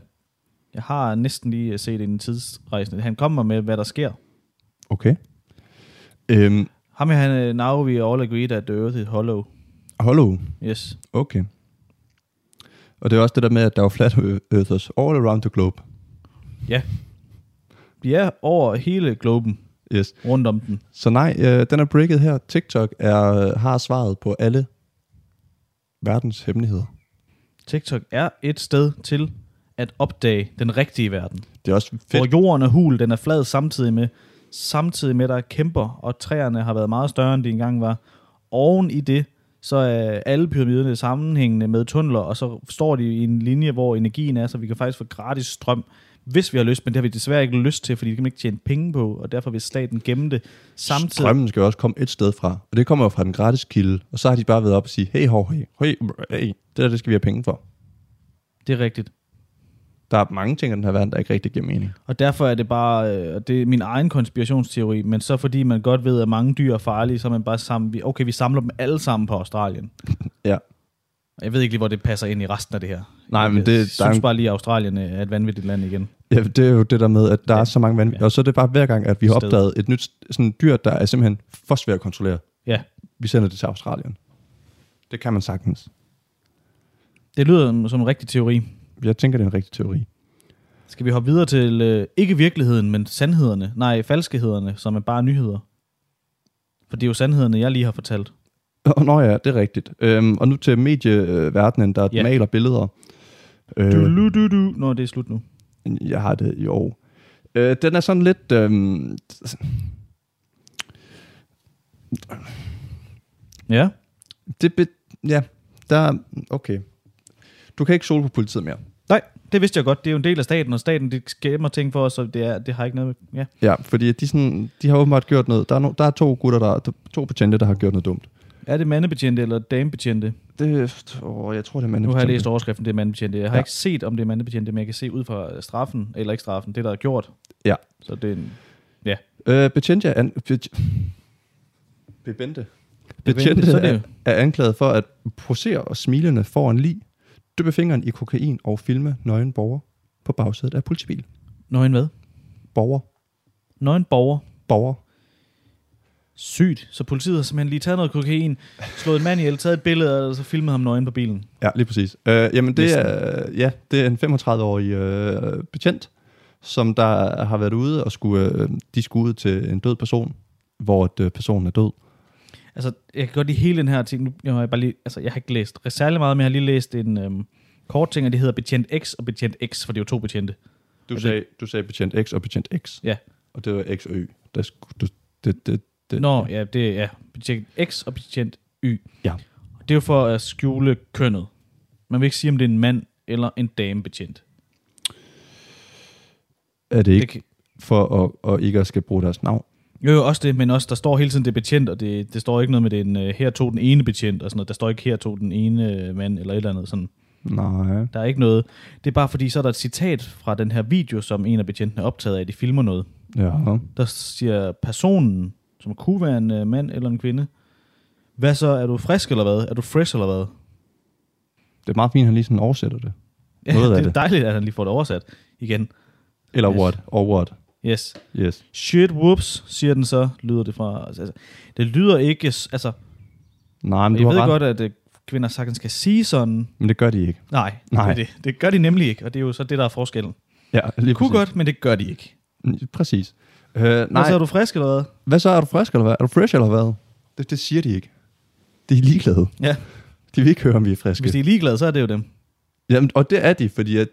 C: Jeg har næsten lige øh, set en tidsrejsende. Han kommer med, hvad der sker.
D: Okay. Øhm,
C: Ham her, han, øh, now we all agree that the earth is hollow.
D: hollow.
C: Yes.
D: Okay. Og det er også det der med, at der er jo flat earthers all around the globe.
C: Vi er over hele globen,
D: Yes.
C: rundt om den.
D: Så nej, øh, den er breaket her. TikTok er, har svaret på alle verdens hemmeligheder.
C: TikTok er et sted til at opdage den rigtige verden.
D: Det er også fedt.
C: Fedt. Hvor jorden er hul, den er flad samtidig med, samtidig med, der er kæmper, og træerne har været meget større, end de engang var. Oven i det, så er alle pyramiderne sammenhængende med tunneler, og så står de i en linje, hvor energien er, så vi kan faktisk få gratis strøm, hvis vi har lyst, men det har vi desværre ikke lyst til, fordi det kan man ikke tjene penge på, og derfor vil staten gemme det. Samtidig,
D: Strømmen skal jo også komme et sted fra. Og det kommer jo fra den gratis kilde. Og så har de bare været op og sige, hey, hov, hey, hey, hey, det der, det skal vi have penge for.
C: det er rigtigt.
D: Der er mange ting i den her verden, der ikke rigtig giver mening.
C: Og derfor er det bare, øh, og det er min egen konspirationsteori, men så fordi man godt ved, at mange dyr er farlige, så er man bare sammen, vi- okay, vi samler dem alle sammen på Australien.
D: Ja.
C: Og Jeg ved ikke lige, hvor det passer ind i resten af det her.
D: Nej, men
C: jeg
D: det- der er
C: jeg synes
D: en-
C: bare lige, at Australien øh, er et vanvittigt land igen.
D: Ja, det er jo det der med, at der ja.
C: Ja.
D: er så mange vanvittige. Ja.
C: Ja.
D: Og så er det bare hver gang, at vi har
C: Sted.
D: opdaget et nyt sådan et dyr, der er simpelthen for svært at kontrollere.
C: Ja,
D: Vi sender det til Australien. Det kan man sagtens.
C: det lyder som en rigtig teori.
D: Jeg tænker, det er en rigtig teori.
C: Skal vi hoppe videre til, øh, ikke virkeligheden, men sandhederne? Nej, falskehederne, som er bare nyheder. For det er jo sandhederne, jeg lige har fortalt.
D: Åh, Nå ja, det er rigtigt. Øhm, og nu til medieverdenen, der ja.
C: Ja.
D: maler billeder.
C: Du,
D: Øh,
C: du, du, du. Nå, det er slut nu.
D: jeg har det i år. Øh, den er sådan lidt... Øhm,
C: Ja,
D: det be, ja, der er... Okay. Du kan ikke sole på politiet mere.
C: nej, det vidste jeg godt. Det er jo en del af staten, og staten det gemmer ting for os, så det, er, det har ikke noget med... Ja.
D: Ja, fordi de, sådan, de har åbenbart gjort noget. Der er, no, der er to gutter, der, to betjente, der har gjort noget dumt.
C: Er det mandebetjente eller damebetjente?
D: Det, åh, jeg tror, det er mandebetjente.
C: Nu har jeg læst overskriften, det er mandebetjente. Jeg har
D: Ja.
C: ja. ikke set, om det er mandebetjente, men jeg kan se ud fra straffen, eller ikke straffen, det der er gjort.
D: Ja.
C: Så det er en...
D: Øh, betjente er... An, bet, bebente. Betjente
C: så er det
D: er,
C: jo.
D: er anklaget for at posere og smilende foran lig, dyppe fingeren i kokain og filme nøgen borger på bagsædet af politibil.
C: Nøgen hvad?
D: Borger.
C: Nøgen borger.
D: Borger.
C: Sygt. Så politiet har simpelthen lige taget noget kokain, slået en mand ihjel, taget et billede, og så filmet ham nøgen på bilen.
D: Ja, lige præcis. Øh, jamen, det
C: Næsten.
D: er, ja, det er en 35-årig øh, betjent, som der har været ude og skulle, øh, de skulle ud til en død person, hvor at, øh, personen er død.
C: Altså, jeg kan godt lide hele den her ting. Nu jeg har jeg bare lige, altså, jeg har ikke læst særlig meget, men jeg har lige læst en øhm, kort ting, og det hedder Betjent X og Betjent X, for det er jo to betjente.
D: Du
C: det-
D: sagde, du sagde betjent X og betjent X.
C: Ja.
D: Og det var X og Y. Der skulle, du, det, det, det,
C: Nå, ja, det er ja. betjent X og betjent Y.
D: Ja.
C: Det er jo for at skjule kønnet. Man vil ikke sige, om det er en mand eller en dame betjent.
D: er det ikke
C: Det kan,
D: for at, at ikke at skal bruge deres navn.
C: jo, jo, også det, men også, der står hele tiden, det er betjent, og det, det står ikke noget med, det er en, øh, her tog den ene betjent, og sådan noget. Der står ikke, her tog den ene øh, mand, eller et eller andet sådan.
D: Nej.
C: Der er ikke noget. Det er bare fordi, så er der et citat fra den her video, som en af betjentene er optaget af, de filmer noget.
D: Ja.
C: Der siger personen, som kunne være en øh, mand eller en kvinde, hvad så, er du frisk eller hvad? Er du fresh eller hvad?
D: Det er meget fint, at han lige sådan oversætter det.
C: Ja,
D: Noget af
C: det er
D: det.
C: dejligt, at han lige får det oversat igen.
D: Eller
C: Yes.
D: yes. what, or what.
C: Yes.
D: Yes.
C: Shit, whoops, siger den så, lyder det fra... Altså, det lyder ikke... s- Altså,
D: Nej, men
C: jeg
D: du har
C: ved
D: ret.
C: godt, at øh, kvinder sagtens skal sige sådan.
D: Men det gør de ikke.
C: Nej,
D: Nej.
C: Det, er det, det gør de nemlig ikke, og det er jo så det, der er forskellen.
D: Ja, lige
C: Det kunne
D: præcis.
C: godt, men det gør de ikke.
D: godt. Præcis. Øh, nej,
C: Nej. Så er du frisk eller hvad?
D: hvad så? Er du frisk eller hvad? Er du fresh eller hvad? Det, det siger de ikke. De er ligeglade.
C: Ja,
D: De vil ikke høre, om vi er friske.
C: hvis de er ligeglade, så er det jo dem.
D: Jamen, og det er de, fordi at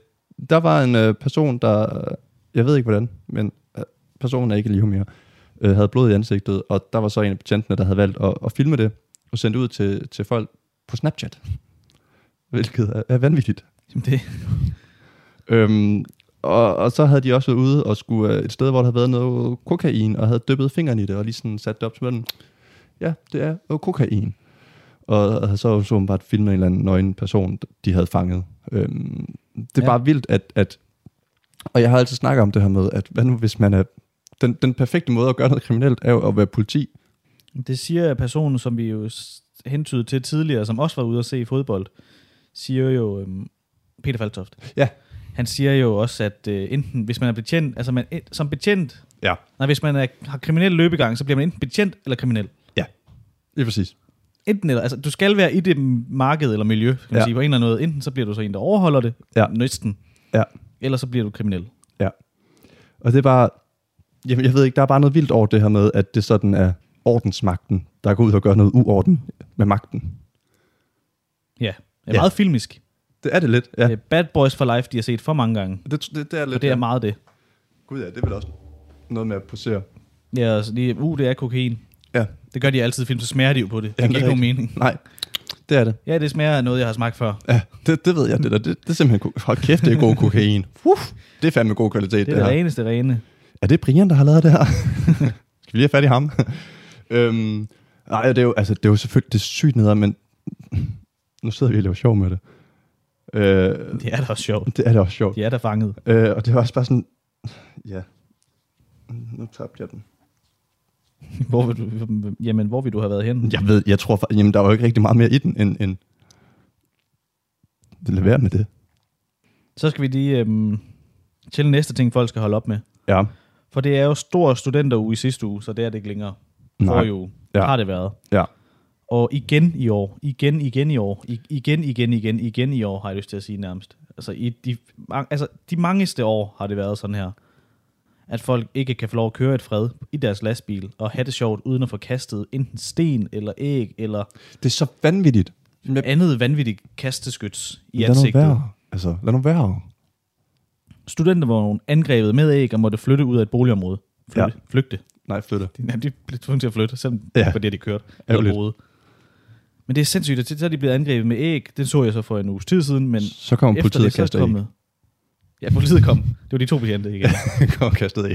D: der var en øh, person, der, øh, jeg ved ikke hvordan, men øh, personen er ikke i live mere, øh, havde blod i ansigtet, og der var så en af betjentene, der havde valgt at, at filme det, og sende det ud til, til folk på Snapchat, hvilket er, er vanvittigt.
C: Jamen, det,
D: Øhm, og, og så havde de også været ude og skulle øh, et sted, hvor der havde været noget kokain, og havde dyppet fingrene i det, og lige sådan sat det op til munden. Ja, det er jo kokain. Og havde så så åbenbart filmet en eller anden nøgen person, de havde fanget. Øhm, det er
C: Ja.
D: ja. bare vildt, at, at... Og jeg har altid snakket om det her med, at hvad nu hvis man er... Den, den perfekte måde at gøre noget kriminelt, er jo at være politi.
C: Det siger personen, som vi jo s- hentydede til tidligere, som også var ude at se fodbold, siger jo, øhm, Peter Faltoft.
D: Ja.
C: Han siger jo også, at øh, enten hvis man er betjent, altså man, en- som betjent,
D: Ja.
C: nej, hvis man er, har kriminel løbegang, så bliver man enten betjent eller kriminel.
D: Lige præcis.
C: Enten eller, altså du skal være i det marked eller miljø, kan man ja.
D: Ja.
C: sige, på en eller anden måde. Enten så bliver du så en, der overholder det,
D: Ja.
C: næsten,
D: Ja.
C: eller så bliver du kriminel.
D: Og det er bare... Jamen, jeg ved ikke, der er bare noget vildt over det her med, at det sådan er ordensmagten, der går ud og gør noget uorden med magten.
C: Ja, det er ja.
D: Ja.
C: meget filmisk.
D: Det er det lidt, ja.
C: Ja. Bad Boys for Life, de har set for mange gange,
D: Det, det, det
C: Øh,
D: er
C: og
D: lidt...
C: det er
D: ja.
C: meget det.
D: Gud ja, det er vel også noget med at posere.
C: Ja, altså, lige, uh, det er kokain.
D: Ja.
C: Det gør de altid i film, så smager de jo på det. Det
D: Jamen,
C: giver ikke
D: det er
C: nogen mening.
D: Nej, det er det.
C: Ja, det smager af noget, jeg har smagt før.
D: Ja, det, det ved jeg, det der. Det, det er simpelthen... ko- Hold kæft, det er god kokain. Uff, det er fandme god kvalitet,
C: Det
D: det,
C: er det,
D: her.
C: reneste rene.
D: Er det Brian, der har lavet det her? Skal vi lige have fat i ham? øhm, nej, det er jo, altså, det er jo selvfølgelig det er sygt nede, men nu sidder vi og laver sjov med det. Øh,
C: Det er da også sjovt.
D: det er da også sjovt.
C: De er da fanget.
D: Øh, og det var også bare sådan, ja, nu tabte jeg den.
C: Hvor vil du, jamen, hvor vil du have været henne?
D: Jeg ved, jeg tror, fa- jamen, der var jo ikke rigtig meget mere i den, end, end lad være med det.
C: Så skal vi lige øhm, til næste ting, folk skal holde op med.
D: Ja,
C: For det er jo stor studenteruge i sidste uge, så det er det ikke længere. For
D: nej,
C: jo, ja.
D: Ja.
C: har det været.
D: ja.
C: Og igen i år, igen, igen i år, I- igen, igen, igen, igen i år, har jeg lyst til at sige nærmest. Altså, i de, mang- altså, de mangeste år har det været sådan her, at folk ikke kan få lov at køre et fred i deres lastbil og have det sjovt, uden at få kastet enten sten eller æg eller
D: Det er så vanvittigt. Men
C: andet vanvittigt kasteskyts i
D: lad nu
C: ansigtet.
D: være. Altså, lad nu være.
C: Studentervognen angrebet med æg og måtte flytte ud af et boligområde. Flytte, ja. Flygte.
D: Nej, flytte.
C: De, jamen, de blev tvunget til at flytte, selvom ja.
D: Ja.
C: det var det, de kørte. Eller
D: Ærgerligt.
C: boede. Men det er sindssygt, at så er de blevet angrebet med æg. Den så jeg så for en uges tid siden, men
D: Så kommer
C: efter
D: politiet og
C: det, så er
D: kaster æg.
C: kommet. Ja, politiet kom. Det var de to betjente, ikke?
D: kommer og kaster æg.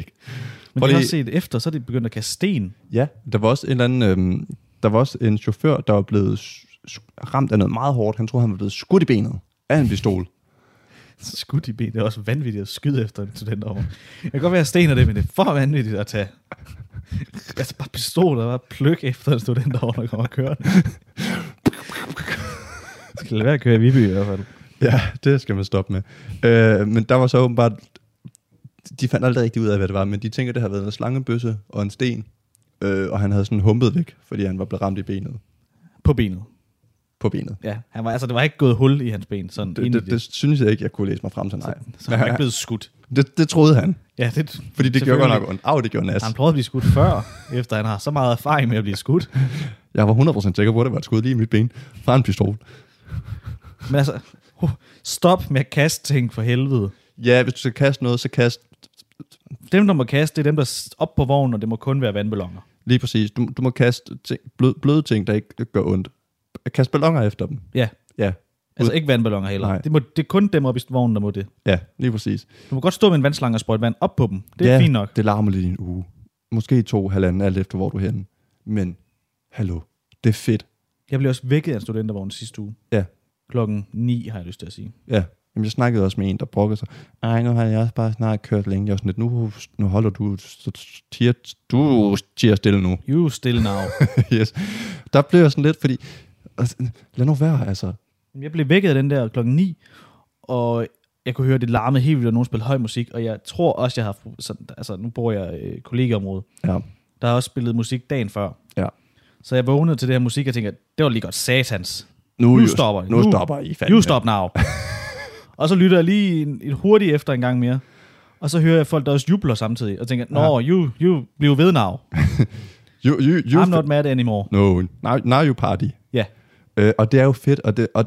C: Men det
D: Prøv
C: har
D: lige-
C: også set efter, så er de begyndt at kaste sten.
D: Ja, der var også en eller anden, øhm, der var også en chauffør, der var blevet s- s- ramt af noget meget hårdt. Han troede, han var blevet skudt i benet af en pistol.
C: Skud i ben. Det er også vanvittigt at skyde efter en student over. Jeg kan godt være, at sten er det, men det er for vanvittigt at tage. Altså bare pistoler, bare pløk efter en student over, der kommer og kører. Skal lade være at køre i Viby i hvert fald.
D: ja, det skal man stoppe med. Øh, men der var så åbenbart, de fandt aldrig rigtig ud af, hvad det var, men de tænker, det havde været en slangebøsse og en sten, øh, og han havde sådan humpet væk, fordi han var blevet ramt i benet.
C: På benet.
D: På benet.
C: Ja, han var, altså, det var ikke gået hul i hans ben. Sådan
D: Det,
C: ind
D: det,
C: i det.
D: det synes jeg ikke, jeg kunne læse mig frem til. Nej.
C: Så han var ikke blevet skudt.
D: Det, det troede han,
C: Ja, det,
D: fordi det gjorde
C: selvfølgelig.
D: godt nok ondt. Au, det gjorde nas.
C: Han prøvede at blive skudt før, efter han har så meget erfaring med at blive skudt.
D: Jeg var 100% sikker på, at det var et skud lige i mit ben fra en pistol.
C: Men altså, uh, stop med at kaste ting for helvede.
D: ja, hvis du skal kaste noget, så kast
C: Dem, der må kaste, det er dem, der er op på vognen, og det må kun være vandballoner.
D: lige præcis. Du, du må kaste ting, blød, bløde ting, der ikke gør ondt. Kast ballonger efter dem.
C: Ja,
D: Ja,
C: altså ikke vandballoner heller.
D: Nej.
C: Det, må, det er kun dem op i vognen, der må det.
D: ja, lige præcis.
C: Du må godt stå med en vandslange og sprøjte vand op på dem. Det er
D: ja,
C: fint nok.
D: det larmer lidt i en uge. Måske to, halvanden, alt efter hvor du er henne. Men, hallo, det er fedt.
C: Jeg blev også vækket af en studentervogn sidste uge.
D: Ja.
C: Klokken 9, har jeg lyst til at sige.
D: Ja, Jamen, jeg snakkede også med en, der brokkede sig. Ej, nu har jeg også bare snart kørt længe. Jeg var sådan lidt, nu, nu holder du, så tier, du tier stille nu.
C: You still now.
D: yes. Der blev jeg sådan lidt, fordi, altså, lad nu være, altså.
C: jeg blev vækket af den der klokken 9, og jeg kunne høre, det larmede helt vildt, og nogen spillede høj musik, og jeg tror også, jeg har... haft- Sådan, altså, nu bor jeg øh, kollegaområdet.
D: Ja,
C: Der har også spillet musik dagen før.
D: ja.
C: Så jeg vågnede til det her musik, og tænker, det var lige godt satans.
D: Nu,
C: Nu
D: just-
C: stopper I.
D: Nu,
C: Nu-
D: stopper I fandme.
C: You stop now. og så lytter jeg lige en, en hurtigt efter en gang mere. Og så hører jeg folk, der også jubler samtidig, og tænker, Nå, you, you bliver ved now.
D: You, you, you,
C: I'm not mad anymore.
D: No, now, now you party.
C: Ja,
D: Øh, og det er jo fedt, og, det, og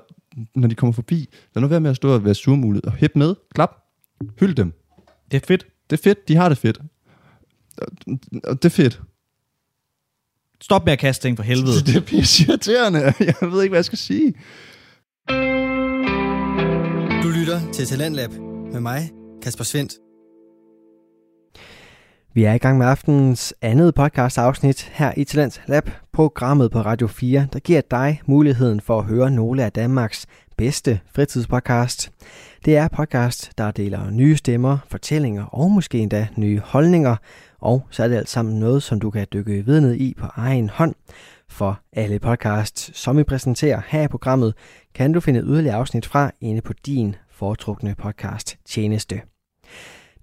D: når de kommer forbi, lad nu være med at stå og være surmulet, og hæb med, klap, hyld dem.
C: det er fedt.
D: Det er fedt, de har det fedt. Og- Og det er fedt.
C: Stop med at kaste ting for helvede.
D: Det er pisse irriterende. Jeg ved ikke, hvad jeg skal sige.
A: Du lytter til Talentlab med mig, Kasper Svendt.
B: Vi er i gang med aftenens andet podcast afsnit her i Talents Lab, programmet på Radio 4, der giver dig muligheden for at høre nogle af Danmarks bedste fritidspodcast. Det er podcast, der deler nye stemmer, fortællinger og måske endda nye holdninger, og så er det alt sammen noget, som du kan dykke videre ned i på egen hånd. For alle podcasts, som vi præsenterer her i programmet, kan du finde yderligere afsnit fra inde på din foretrukne podcast tjeneste.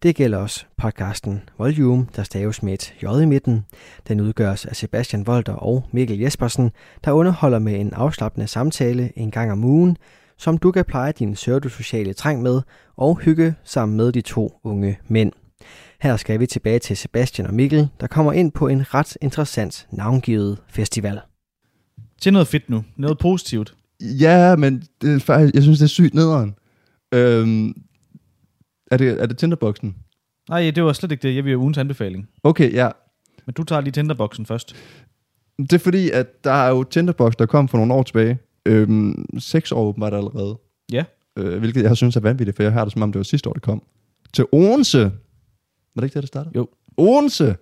B: Det gælder også podcasten Volume, der staves med et J i midten. Den udgøres af Sebastian Volter og Mikkel Jespersen, der underholder med en afslappende samtale en gang om ugen, som du kan pleje din pseudosociale trang med og hygge sammen med de to unge mænd. Her skal vi tilbage til Sebastian og Mikkel, der kommer ind på en ret interessant navngivet festival.
C: Til noget fedt nu. Noget positivt.
D: Ja, men det er faktisk, jeg synes, det er sygt nederen. Øhm, er, det, er det Tinderboksen?
C: Nej, det var slet ikke det. Jeg vil jo ugens anbefaling.
D: Okay, ja.
C: Men du tager lige Tinderboksen først.
D: Det er fordi, at der er jo Tinderbox, der kom for nogle år tilbage. Øhm, seks år åbenbart allerede.
C: Ja.
D: Øh, hvilket jeg synes er vanvittigt, for jeg har det som om, det var sidste år, det kom. Til Odense. Var det ikke det, der startede?
C: Jo.
D: Odense!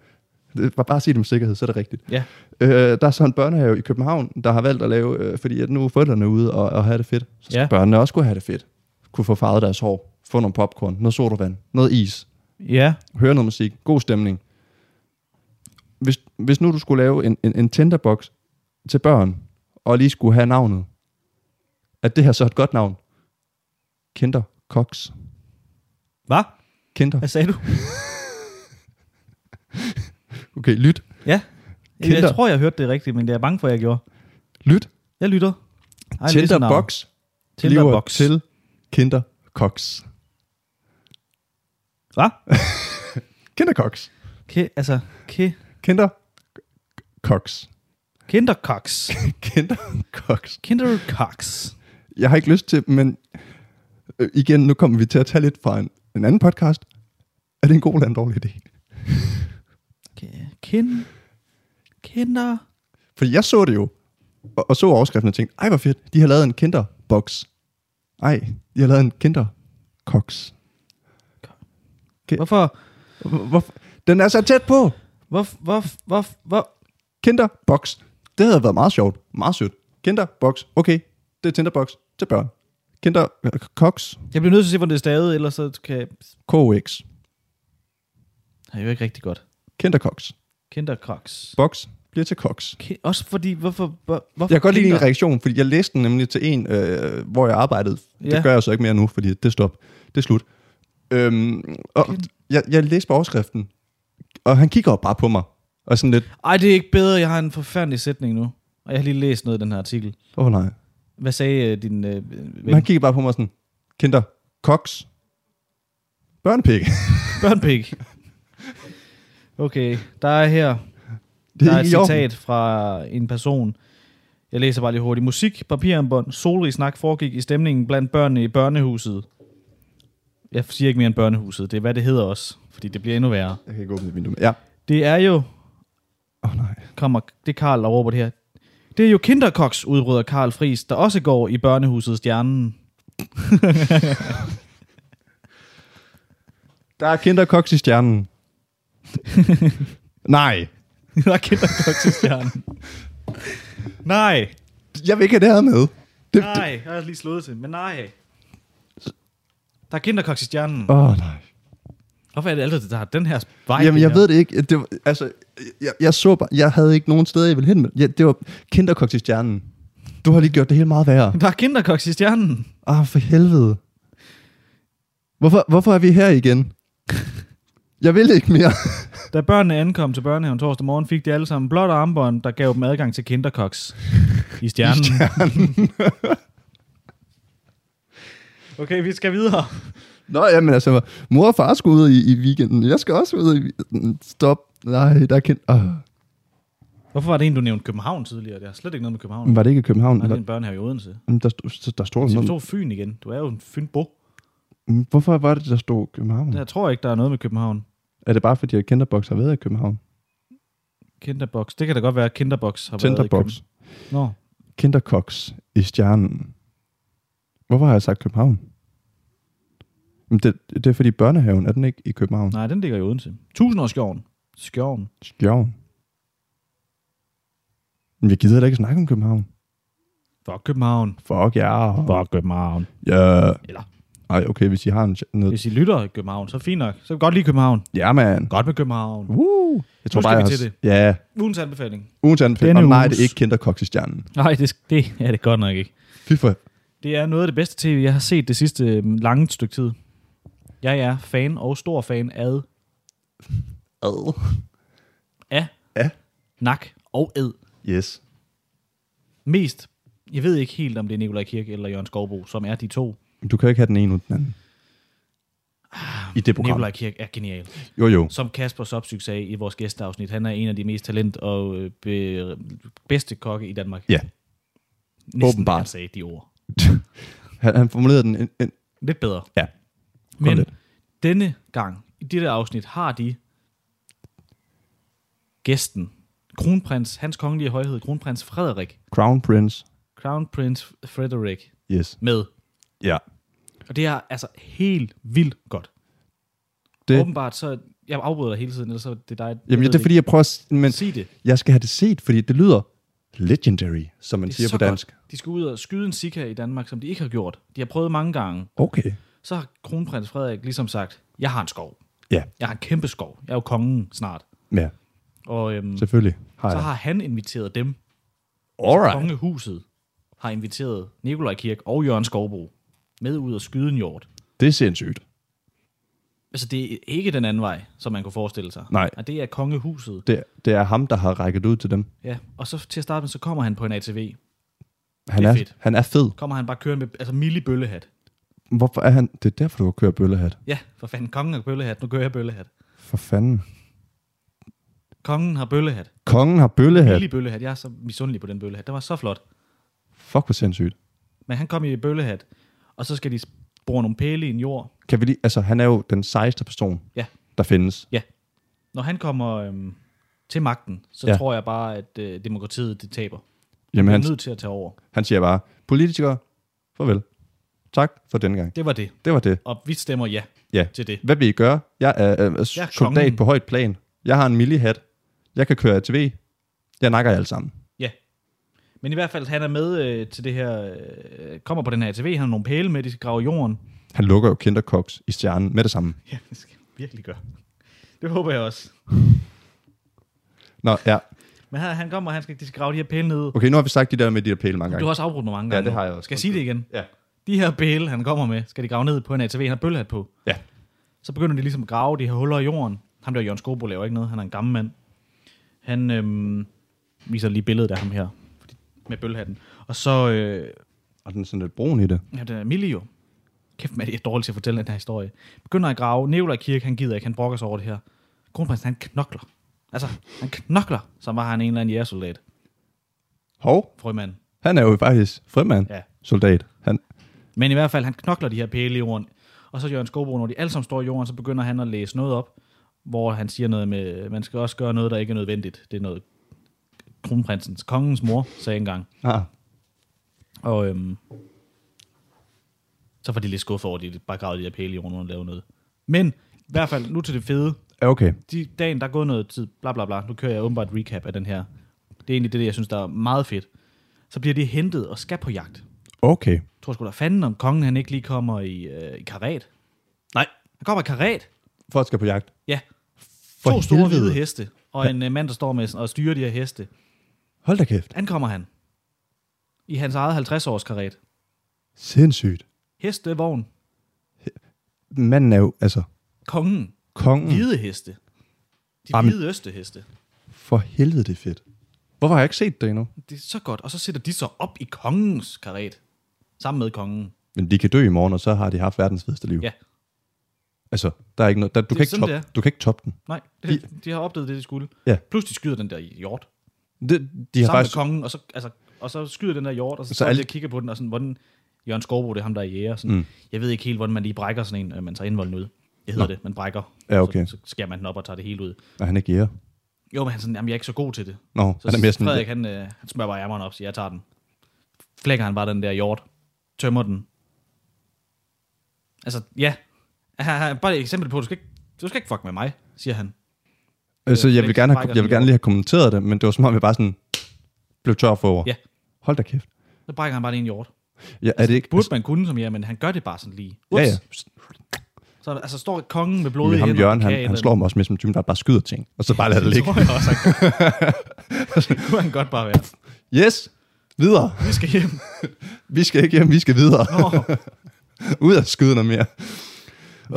D: Det var bare at sige det med sikkerhed, så er det rigtigt.
C: Ja.
D: Øh, der er så en børnehave i København, der har valgt at lave, øh, fordi at nu er forældrene ude og, og have det fedt. Så skal
C: Ja.
D: ja. børnene også kunne have det fedt. Kunne få farvet deres hår, få nogle popcorn, noget sodavand, noget is,
C: Ja.
D: høre noget musik, god stemning. Hvis, hvis nu du skulle lave en, en, en Tinderbox til børn, og lige skulle have navnet, er det her så et godt navn? Kinder Cox.
C: Hvad?
D: Kinder.
C: Hvad sagde du?
D: Okay, lyt.
C: Ja. Jeg,
D: Kinder.
C: jeg tror, jeg hørte det rigtigt, men det er jeg bange for, at jeg gjorde.
D: Lyt.
C: Jeg lytter. Ej, listener.
D: Tinderbox bliver
C: Tinderbox.
D: til Kinder Cox.
C: Hvad?
D: Kinder Cox.
C: Ke, altså, ke,
D: Kinder Cox.
C: kinderkoks.
D: Kinder Cox.
C: Kinderkoks.
D: Jeg har ikke lyst til, men øh, igen, nu kommer vi til at tage lidt fra en, en anden podcast. Er det en god eller en dårlig idé?
C: Ke- Kin, kinder.
D: Fordi jeg så det jo, og, og så overskriften og tænkte, ej hvor fedt, de har lavet en kinderbox. Ej, de har lavet en kinderkoks.
C: Hvorfor?
D: Hvor- Hvorfor? Den er så tæt på!
C: Hvor, hvor, hvor, hvor,
D: Kinderbox. Det havde været meget sjovt. Meget sødt. Kinderbox. Okay, det er Tinderbox til børn. øh, Kinderkoks.
C: jeg bliver nødt til at se, hvordan det er stavet, ellers så kan jeg...
D: KX.
C: Det er jo ikke rigtig godt.
D: Kinderkoks.
C: Kinderkoks.
D: Box bliver til koks.
C: Ki- også fordi, hvorfor... Hvor, hvorfor
D: Jeg kan godt lide
C: kinder?
D: din reaktion, fordi jeg læste den nemlig til en, øh, hvor jeg arbejdede. Det
C: Ja.
D: gør jeg så ikke mere nu, fordi det er stop. Det er slut. Øhm, og jeg, jeg læste på overskriften, og han kigger jo bare på mig, og sådan lidt,
C: Ej, det er ikke bedre. Jeg har en forfærdelig sætning nu. Og jeg har lige læst noget i den her artikel.
D: åh oh, nej.
C: Hvad sagde øh, din... Øh,
D: Men han kigger bare på mig sådan, kinder, koks, børnepik.
C: Børnpik. Okay, der er her
D: Det er
C: der er et
D: ikke i orden.
C: citat fra en person. Jeg læser bare lige hurtigt. Musik, papirarmbånd, solrig snak foregik i stemningen blandt børnene i børnehuset. Jeg siger ikke mere end børnehuset. Det er, hvad det hedder også, fordi det bliver endnu værre.
D: Jeg kan ikke åbne vinduet. Ja.
C: Det er jo,
D: Åh oh, nej.
C: kommer, det er Karl og Robert her. Det er jo Kinderkoks, udbryder Karl Fris, der også går i børnehuset Stjernen.
D: Der er kinderkoks i stjernen. nej.
C: der er Kinderkoks i Stjernen. nej,
D: Jeg vil ikke have det her med. Det, det-
C: nej, jeg har lige slået til, men nej. Der er Kinderkoks i Stjernen.
D: Åh oh, nej.
C: Hvorfor er det altid, der har den her vej?
D: Jamen,
C: det
D: jeg
C: her?
D: ved det ikke. Det var, altså, jeg, jeg, så bare, jeg havde ikke nogen steder, jeg ville hen med. Ja, det var kinderkoks i stjernen. Du har lige gjort det hele meget værre.
C: Der er Kinderkoks i Stjernen.
D: Ah, for helvede. Hvorfor, hvorfor er vi her igen? Jeg vil ikke mere.
C: Da børnene ankom til børnehaven torsdag morgen, fik de alle sammen blåt armbånd, der gav dem adgang til kinderkoks i stjernen. I stjernen. okay, vi skal videre.
D: Nå, jamen altså, mor og far skulle ud i, i weekenden. Jeg skal også ud i weekenden. Stop. Nej, der er kind... Oh.
C: Hvorfor var det en, du nævnte København tidligere? Det har slet ikke noget med København.
D: Var det ikke i København?
C: Nej, det er
D: Nej,
C: en børnehave i Odense.
D: der, stod, der stod
C: Så du
D: noget.
C: tog Fyn igen. Du er jo en fynbo.
D: Mm, Hvorfor var det, der stod København?
C: Jeg tror ikke, der er noget med København.
D: Er det bare, fordi at Kinderbox har været i København?
C: Kinderbox. Det kan da godt være, at Kinderbox har været i
D: Tinderbox.
C: København. Nå,
D: Kinderkoks i stjernen. Hvorfor har jeg sagt København? Jamen, Det, det er fordi børnehaven, er den ikke i København?
C: nej, den ligger i Odense. Tusindårsskoven. Skoven.
D: Stjørn. Men jeg gider da ikke snakke om København.
C: Fuck København.
D: Fuck ja.
C: Fuck København.
D: Ja.
C: Eller-
D: Ej, okay, hvis I har en... ch- Noget.
C: Hvis I lytter i København, så er det fint nok. Så kan vi godt lide København.
D: Ja, man.
C: Godt med København.
D: Woo. Jeg tror
C: skal
D: bare,
C: vi
D: jeg har...
C: til det.
D: Ja.
C: Ugens anbefaling.
D: Ugens anbefaling.
C: Denne
D: Og nej,
C: uges-
D: det er ikke kinderkoks i stjernen.
C: Nej, det, det er det godt nok ikke.
D: Fy for...
C: Det er noget af det bedste tv, jeg har set det sidste øhm, lange stykke tid. Jeg er fan og stor fan af,
D: Ad.
C: af
D: Ja.
C: nak og ed.
D: Yes.
C: Mest, jeg ved ikke helt, om det er Nikolaj Kirk eller Jørgen Skovbo, som er de to.
D: Du kan jo ikke have den ene uden den anden.
C: Ah,
D: I det program.
C: Nikolaj Kirk er genial.
D: Jo, jo.
C: Som Kasper Sopsyk sagde i vores gæsteafsnit, han er en af de mest talent- og øh, be, bedste kokke i Danmark.
D: Ja.
C: Næsten,
D: åbenbart.
C: han sagde de ord.
D: Han, han formulerede den... En, en,
C: Lidt bedre.
D: ja.
C: Men
D: lidt.
C: denne gang, i dette afsnit, har de gæsten, kronprins, hans kongelige højhed, kronprins Frederik,
D: Crown Prince.
C: Crown Prince Frederik,
D: Yes.
C: med.
D: Ja.
C: Og det er altså helt vildt godt. Det.
D: Det,
C: Åbenbart så, jeg afbryder dig hele tiden, ellers så er det dig. jeg
D: jamen,
C: ved
D: det er fordi, jeg prøver at... s- Men
C: ikke. Sig det.
D: jeg skal have det set, fordi det lyder legendary, som man
C: Det er
D: siger
C: så
D: på dansk.
C: Godt. De skal ud og skyde en sika i Danmark, som de ikke har gjort. De har prøvet mange gange.
D: Okay.
C: Så har kronprins Frederik ligesom sagt, jeg har en skov.
D: Ja,
C: Jeg har en kæmpe skov. Jeg er jo kongen snart.
D: ja
C: Og øhm, så
D: selvfølgelig. Har jeg.
C: har han inviteret dem
D: Alright.
C: Kongehuset har inviteret Nikolaj Kirk og Jørgen Skovbro med ud og skyde en hjort.
D: Det er sindssygt.
C: Altså, det er ikke den anden vej, som man kunne forestille sig.
D: Nej.
C: Og det er kongehuset.
D: Det, det er ham, der har rækket ud til dem.
C: Ja, og så til at starte med, så kommer han på en ATV.
D: Han
C: Det er
D: er,
C: fedt.
D: han er fed.
C: Kommer han bare kørende med, altså Millie Bøllehat.
D: Hvorfor er han... Det er derfor, du har kørt bøllehat.
C: Ja, for fanden, kongen har bøllehat, nu kører jeg bøllehat.
D: For fanden.
C: Kongen har bøllehat.
D: Kongen har bøllehat.
C: Millie Bøllehat, jeg er så misundelig på den bøllehat. Den var så flot.
D: Fuck, hvor sindssygt.
C: Men han kom i bøllehat, og så skal de bore nogle pæle i en jord.
D: Kan vi lige... Altså, han er jo den sejeste person,
C: Ja,
D: der findes.
C: ja. Når han kommer øhm, til magten, så ja.
D: Ja.
C: tror jeg bare, at øh, demokratiet det taber.
D: Jamen, han,
C: er nødt til at tage over.
D: han siger bare, politikere, farvel. Tak for den gang.
C: Det var det.
D: Det var det.
C: Og vi stemmer ja
D: Ja.
C: til det.
D: Hvad vil I gøre? Jeg er, øh,
C: Jeg er
D: soldat
C: kongen.
D: på højt plan. Jeg har en millihat. Jeg kan køre ATV. Jeg nakker jer alle sammen.
C: Ja. Men i hvert fald, han er med øh, til det her, øh, kommer på den her ATV, han har nogle pæle med, de skal grave i jorden.
D: Han lukker jo kinderkoks i stjernen med det samme.
C: Ja, det skal han virkelig gøre. Det håber jeg også.
D: Nå, ja.
C: Men han, han kommer, og han skal, de skal grave de her pæle ned.
D: Okay, nu har vi sagt de der med de der pæle mange
C: Du har
D: gange.
C: også afbrudt mig mange
D: Ja,
C: gange.
D: det
C: nu.
D: har jeg også.
C: Skal jeg sige det igen?
D: Ja.
C: De her pæle, han kommer med, skal de grave ned på en ATV, han har bøllehat på.
D: Ja.
C: Så begynder de ligesom at grave de her huller i jorden. Ham der Jørgen Skobo laver ikke noget, han er en gammel mand. Han øhm, viser lige billedet af ham her, fordi- med bøllehatten. Og så, øh,
D: Og den er sådan lidt brun i det.
C: Ja, det er Mille jo. Kæft, man, jeg er dårlig til at fortælle den her historie. Begynder at grave. Nikolaj Kirk, han gider ikke. Han brokker sig over det her. Kronprinsen, han knokler. Altså, han knokler, som var han en eller anden jægersoldat.
D: Hov,
C: Frømand.
D: han er jo faktisk frømand.
C: Ja.
D: Soldat. Han,
C: Men i hvert fald, han knokler de her pæle i jorden. Og så Jørgen Skobro, når de alle sammen står i jorden, så begynder han at læse noget op, hvor han siger noget med, man skal også gøre noget, der ikke er nødvendigt. Det er noget, kronprinsens, kongens mor sagde engang.
D: Ah,
C: Og øhm, så var de lidt skuffet over, at de bare gravede de her pæle i jorden uden at lave noget. Men i hvert fald, nu til det fede.
D: okay.
C: De, dagen, der er gået noget tid, bla bla bla. Nu kører jeg åbenbart et recap af den her. Det er egentlig det, jeg synes, der er meget fedt. Så bliver de hentet og skal på jagt.
D: Okay.
C: Jeg tror sgu da fanden, om kongen han ikke lige kommer i, øh, i karat.
D: Nej.
C: Han kommer i karat.
D: Folk skal på jagt.
C: Ja.
D: For
C: For to store
D: helvede.
C: hvide heste. Og en øh, mand, der står med og styrer de her heste.
D: Hold da kæft.
C: Ankommer han. I hans eget 50-års karat.
D: Sindssygt.
C: Hestevogn.
D: Manden er jo, altså,
C: Kongen.
D: kongen.
C: Hvide heste. De
D: Jamen.
C: hvide østeheste.
D: For helvede, det er fedt. Hvorfor har jeg ikke set det endnu?
C: Det er så godt. Og så sætter de sig op i kongens karet. Sammen med kongen.
D: Men de kan dø i morgen, og så har de haft verdens fedeste liv.
C: Ja.
D: Altså, der er ikke noget, der, du,
C: Det er
D: kan ikke
C: sådan,
D: top,
C: det er.
D: du kan ikke toppe den.
C: Nej, det, de har opdaget det, de skulle.
D: Ja.
C: Plus de skyder den der hjort.
D: Det, de har
C: Sammen
D: faktisk,
C: med kongen. Og så, altså, og så skyder den der hjort. Og så,
D: Så
C: så alle...
D: alle-
C: de og kigger på den. Og sådan, hvordan... Jørgen Skovbro, det er ham, der er jæger. Sådan, mm. Jeg ved ikke helt, hvordan man lige brækker sådan en. øh, Man tager indvolden ud. Det hedder Nå. det. Man brækker.
D: Ja, okay.
C: Så, så skærer man den op og tager det hele ud.
D: og han er ikke jæger.
C: Jo, men han er sådan, jamen, jeg er ikke så god til det.
D: Nå,
C: Så
D: han er mere sådan,
C: Frederik, han, øh, han smører bare ærmerne op, siger, jeg tager den. Flækker han bare den der hjort. Tømmer den. Altså, ja. Her- her- Bare et eksempel på, du skal ikke, du skal ikke fuck med mig, siger han.
D: Altså, jeg
C: Frederik
D: vil gerne, have,
C: brækker
D: jeg
C: sådan
D: vil gerne lige have kommenteret det, men det var som om, jeg bare sådan blev tør for over.
C: Ja.
D: Hold da kæft.
C: Så brækker han bare den ene hjort.
D: Ja, er det ikke...
C: Burde man kunne som jer, men han gør det bare sådan lige.
D: ja, ja.
C: Så altså, står kongen med blod i
D: Men ham
C: hænderne.
D: Jørgen,
C: kage i
D: han, han
C: den.
D: slår mig også med som typen, der bare skyder ting. Og så bare lader det
C: Det
D: ligge.
C: tror Altså, jeg også, han gør. Det kunne han godt bare være.
D: Yes! Videre!
C: Vi skal hjem.
D: Vi skal ikke hjem, vi skal videre.
C: Nå,
D: Ud og skyde noget mere.
C: det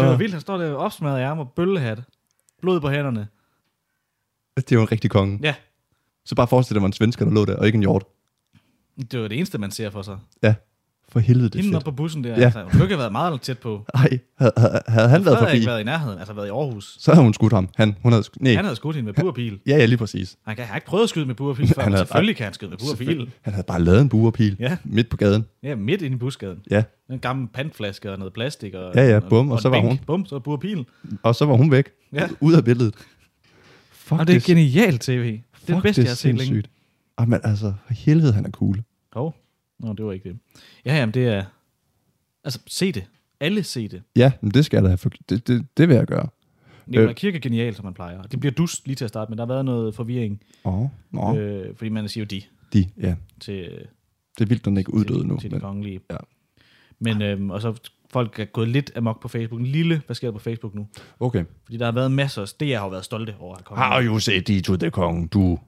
D: Øh.
C: var vildt. Han står der opsmadret i ærmer, bøllehat, blod på hænderne.
D: Det er jo en rigtig konge.
C: Ja,
D: Så bare forestil dig, at man en svensker, der lå der, og ikke en hjort.
C: det var det eneste, man ser for sig.
D: Ja. For helvede, det er
C: Hende
D: fedt.
C: op på bussen der, ja.
D: Ja.
C: altså, hun skulle ikke have været meget tæt på.
D: Ej, havde, havde, havde han været
C: Frederik havde
D: forbi,
C: ikke været i nærheden, altså været i Aarhus.
D: så havde hun skudt ham. Han, hun havde, sk- nej,
C: Han havde skudt hende med burpil.
D: ja, ja, lige præcis.
C: Han kan- han har ikke prøvet at skyde med burpil før,
D: Han
C: men
D: havde-
C: selvfølgelig kan han skyde med burpil.
D: Selvfølgelig. Han havde bare lavet en buerpil
C: Ja.
D: midt på gaden.
C: Ja, midt inde i busgaden.
D: Ja,
C: En gammel pandflaske og noget plastik. Og,
D: Ja, ja,
C: og-
D: bum, og
C: en
D: så var
C: bænk.
D: hun.
C: Bum, så burpil.
D: og så var hun væk.
C: Ja.
D: Ud af billedet. Fuck,
C: Og det er genialt tv. Det er det bedste, jeg har set længe.
D: Jamen altså, for helvede, han er cool.
C: Hov. Nå, det var ikke det. Ja, jamen det er... Altså, se det. Alle se det.
D: Ja, men det skal jeg da have. For, det, det, det vil jeg gøre.
C: Nikolaj øh. Kirke er genial, som man plejer. Det bliver dust lige til at starte med. Der har været noget forvirring,
D: Åh, nå, øh.
C: øh, fordi man siger jo de
D: de, ja.
C: til,
D: Det er vildt, den er ikke uddød
C: til,
D: nu.
C: Til de
D: Men,
C: kongelige.
D: ja.
C: Men, øhm, og så folk er gået lidt amok på Facebook. En lille, hvad sker der på Facebook nu?
D: okay.
C: Fordi der har været masser af det, jeg har jo været stolte over at komme.
D: Har jo set de to, det kongen, du.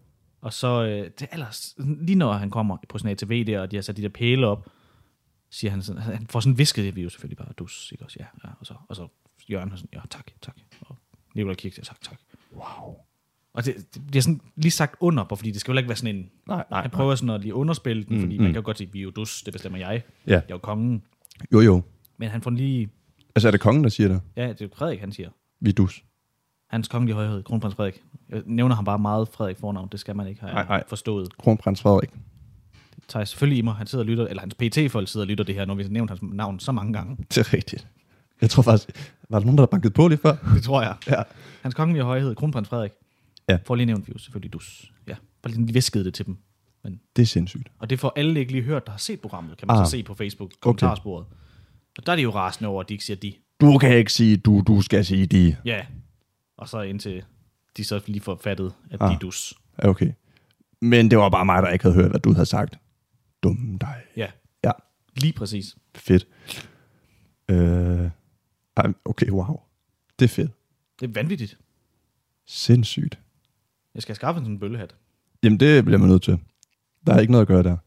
C: Og så øh, til allers, lige når han kommer på sådan en ATV der, og de har sat de der pæle op, siger han sådan, han får sådan visket det, vi er jo selvfølgelig bare dus, ikke også? Ja, ja og, så, og så Jørgen er sådan, ja, tak, tak. Og Nicolai Kirk siger, tak, tak.
D: Wow.
C: Og det, det bliver sådan lige sagt under på, fordi det skal jo ikke være sådan en...
D: Nej, nej,
C: Han prøver sådan at lige underspille den, mm, fordi man kan jo godt sige, vi er jo dus, det bestemmer jeg.
D: Ja.
C: Jeg er jo kongen.
D: Jo, jo.
C: Men han får lige...
D: Altså, er det kongen, der siger det?
C: Ja, det er jo Frederik, han siger.
D: Vi dus.
C: Hans kongelige højhed, kronprins Frederik. Jeg nævner ham bare meget Frederik fornavn, det skal man ikke have
D: Nej, nej.
C: forstået.
D: Kronprins Frederik.
C: Det tager jeg selvfølgelig i mig. Han sidder og lytter, eller hans pt folk sidder og lytter det her, når vi har nævnt hans navn så mange gange.
D: Det er rigtigt. Jeg tror faktisk... Var der nogen, der bankede på lige før?
C: Det tror jeg.
D: Ja.
C: Hans kongelige højhed, kronprins Frederik.
D: Ja.
C: Får lige nævnt vi jo selvfølgelig dus. Ja, bare lige lige viskede det til dem. Men,
D: Det er sindssygt.
C: og det får alle ikke lige hørt, der har set programmet, kan man ah.
D: Ah.
C: så se på Facebook kommentarsporet. Okay. Og der er de jo rasende over, at de ikke siger de.
D: Du kan ikke sige du, du skal sige de.
C: Ja. Og så indtil de så lige får fattet, at ah. de er dus.
D: Ja, Okay. Men det var bare mig, der ikke havde hørt, hvad du havde sagt. Dum dig.
C: Ja,
D: Ja,
C: lige præcis.
D: fedt. Øh, ej, okay, wow. Det er fedt.
C: Det er vanvittigt.
D: Sindssygt.
C: Jeg skal skaffe sådan en bøllehat.
D: Jamen, det bliver man nødt til. Der er ikke noget at gøre der.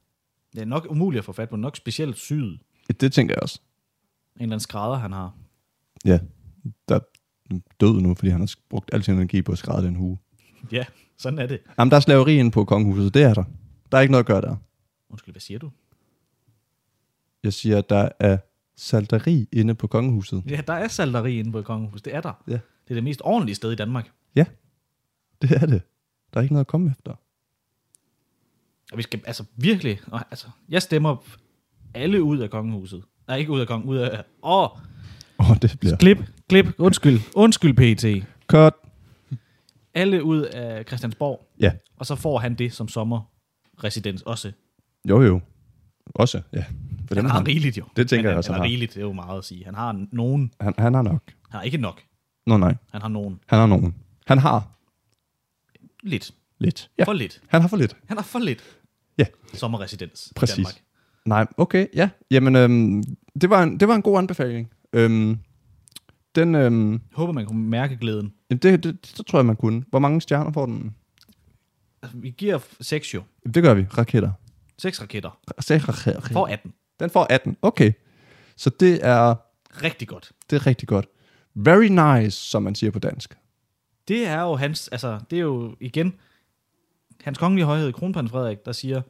C: Det er nok umuligt at få fat på, nok specielt syd. En
D: Det tænker jeg også.
C: eller anden skrædder, han har.
D: Ja, der er død nu, fordi han har brugt al sin energi på at skræde den hue.
C: Ja, sådan er det.
D: Jamen, der er slaveri inde på kongehuset. Det er der. Der er ikke noget at gøre der.
C: Undskyld, hvad siger du?
D: Jeg siger, at der er salteri inde på kongehuset.
C: Ja, der er salteri inde på et kongehus. Det er der.
D: Ja.
C: Det er det mest ordentlige sted i Danmark.
D: Ja, det er det. Der er ikke noget at komme efter.
C: Og vi skal altså virkelig... Og, altså, jeg stemmer alle ud af kongehuset. Nej, ikke ud af kongen, ud af... Åh,
D: Åh, Åh, oh, det bliver...
C: Glip, glip, undskyld, undskyld PT.
D: Cut.
C: Alle ud af Christiansborg,
D: Ja.
C: og så får han det som sommerresidens også.
D: Jo, jo. Også, ja. For den
C: Han
D: er
C: har
D: han.
C: rigeligt jo.
D: Det tænker
C: han,
D: jeg også,
C: han
D: han
C: har.
D: har.
C: rigeligt, det er jo meget at sige. Han har nogen.
D: Han, han har nok.
C: Han har ikke nok.
D: Nå nej,
C: Han har nogen.
D: han har nogen. Han har
C: Lidt.
D: lidt.
C: Ja. For lidt.
D: Han har for lidt.
C: Han har for lidt.
D: Ja.
C: Sommerresidens
D: Præcis.
C: i Danmark.
D: Nej, okay, ja. Jamen, øhm, det, var en, det var en god anbefaling. Øhm, den, øhm,
C: Jeg håber, man kunne mærke glæden.
D: jamen, det, det, så tror jeg, man kunne. Hvor mange stjerner får den?
C: Altså, vi giver f- seks jo.
D: Jamen, det gør vi. Raketter.
C: Seks raketter.
D: Sagde raketter.
C: For 18.
D: Den får 18. Okay. Så det er,
C: Rigtig godt.
D: det er rigtig godt. Very nice, som man siger på dansk.
C: Det er jo hans, altså, det er jo igen, hans kongelige højhed, kronprins Frederik, der siger,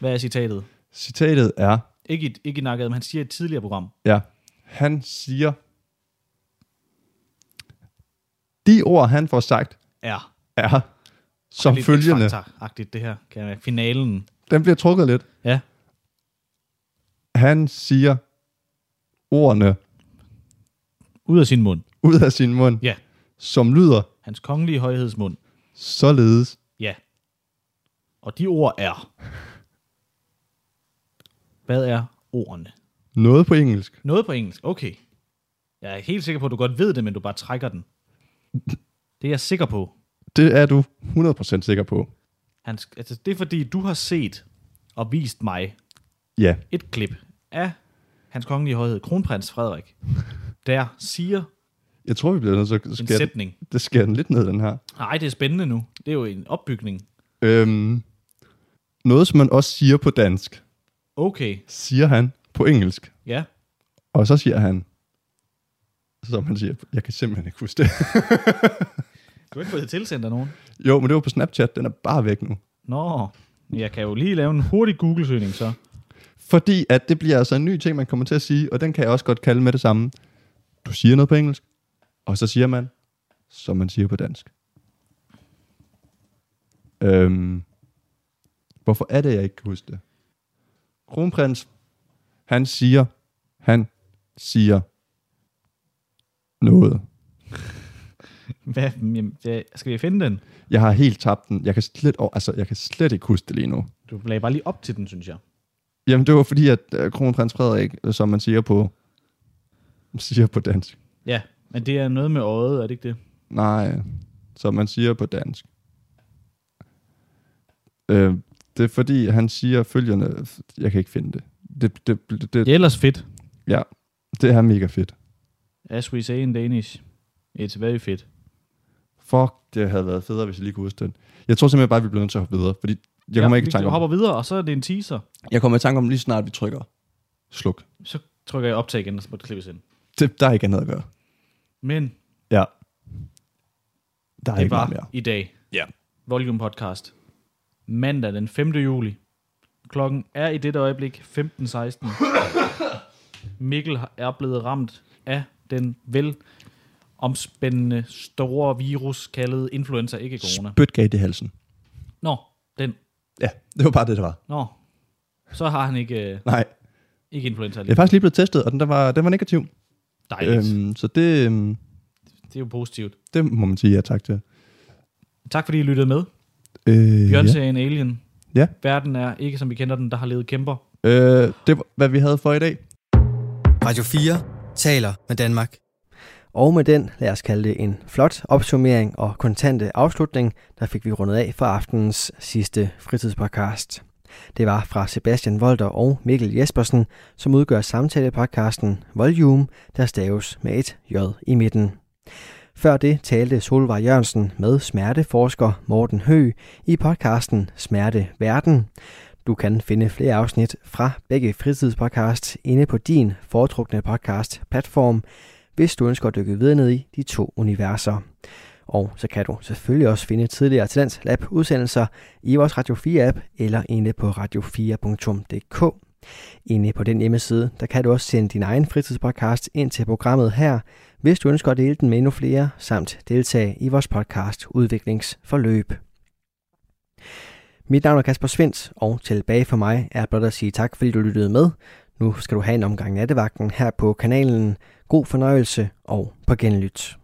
C: hvad er citatet?
D: Citatet er,
C: Ikke i, ikke i nakket, men han siger i et tidligere program.
D: ja, han siger, de ord, han får sagt,
C: Ja.
D: er som
C: Lidt
D: følgende.
C: X-Factor-agtigt, det her, kan jeg mærke. Finalen.
D: Den bliver trukket lidt.
C: Ja.
D: Han siger ordene
C: Ud af sin mund.
D: ud af sin mund,
C: Ja.
D: som lyder
C: Hans kongelige højheds mund.
D: således.
C: Ja. Og de ord er... Hvad er ordene?
D: Noget på engelsk.
C: Noget på engelsk. Okay. Jeg er helt sikker på, at du godt ved det, men du bare trækker den. Det er jeg sikker på.
D: Det er du 100% sikker på.
C: Han, sk- altså, det er fordi, du har set og vist mig
D: Ja,
C: et klip af hans kongelige højhed, kronprins Frederik, der siger
D: jeg tror, vi bliver nødt til at
C: en
D: skære,
C: sætning.
D: det skærer den lidt ned, den her.
C: Nej, det er spændende nu. Det er jo en opbygning.
D: Øhm, noget, som man også siger på dansk,
C: Okay,
D: siger han på engelsk.
C: ja.
D: Og så siger han, som han siger, jeg kan simpelthen ikke huske det.
C: Du har ikke fået det tilsendt af nogen.
D: jo, men det var på Snapchat, den er bare væk nu.
C: Nå, jeg kan jo lige lave en hurtig Google-søgning så.
D: Fordi at det bliver altså en ny ting, man kommer til at sige, og den kan jeg også godt kalde med det samme. Du siger noget på engelsk, og så siger man, som man siger på dansk. Øhm, hvorfor er det, jeg ikke kan huske det? Kronprins, han siger, han siger noget.
C: Hvad, jamen, hvad, skal vi finde den?
D: Jeg har helt tabt den. Jeg kan slet, åh, altså, jeg kan slet ikke huske det lige nu.
C: Du lagde bare lige op til den, synes jeg.
D: Jamen, det var fordi, at øh, kronprins Frederik, øh, som man siger på, siger på dansk,
C: Ja, men det er noget med øjet, er det ikke det?
D: Nej, som man siger på dansk. Øh, det er fordi, han siger følgende... Jeg kan ikke finde det. Det, det, det, det,
C: Det er ellers fedt.
D: ja. det er mega fedt.
C: As we say in Danish, it's very fedt.
D: Fuck, det havde været federe, hvis jeg lige kunne huske den. Jeg tror simpelthen bare, at vi bliver nødt til at hoppe videre, fordi jeg kommer ikke i tanke
C: Du
D: om,
C: hopper videre, og så er det en teaser.
D: jeg kommer i tanke om lige snart, vi trykker sluk.
C: Så trykker jeg optag igen, og så må det klippes ind.
D: Det, der er ikke andet at gøre.
C: Men
D: Ja. Der er
C: det
D: ikke
C: var
D: meget mere.
C: i dag.
D: Ja.
C: Volume Podcast. Mandag den 5. juli. Klokken er i dette øjeblik 15.16. Mikkel har- er blevet ramt af den vel omspændende store virus kaldet influenza, ikke corona.
D: Spytgate i halsen.
C: Nå, den.
D: Ja, det var bare det, der var.
C: Nå. Så har han ikke, øh,
D: Nej,
C: ikke influenza
D: jeg er
C: alligevel.
D: faktisk lige blevet testet, og den, der var, den var negativ.
C: Dejligt.
D: Øhm, så det, øhm,
C: Det er jo positivt.
D: det må man sige ja tak til.
C: Tak fordi I lyttede med.
D: Øh,
C: Beyoncé er en alien.
D: Ja.
C: Verden er ikke, som vi kender den, der har levet kæmper.
D: ja. øh, det var, hvad vi havde for i dag.
A: Radio 4 taler med Danmark.
B: Og med den, lad os kalde det en flot opsummering og kontante afslutning, der fik vi rundet af for aftenens sidste fritidspodcast. Det var fra Sebastian Volter og Mikkel Jespersen, som udgør samtalepodcasten Volume, der staves med et J i midten. Før det talte Solvej Jørgensen med smerteforsker Morten Hø i podcasten Smerte Verden. Du kan finde flere afsnit fra begge fritidspodcast inde på din foretrukne podcast-platform, hvis du ønsker at dykke videre ned i de to universer. Og så kan du selvfølgelig også finde tidligere Talents Lab udsendelser i vores Radio 4 app eller inde på radio4.dk. Inde på den hjemmeside, der kan du også sende din egen fritidspodcast ind til programmet her, hvis du ønsker at dele den med endnu flere, samt deltage i vores podcast udviklingsforløb. Mit navn er Kasper Svens, og tilbage for mig er blot at sige tak, fordi du lyttede med. Nu skal du have en omgang nattevagten her på kanalen. God fornøjelse og på genlyt.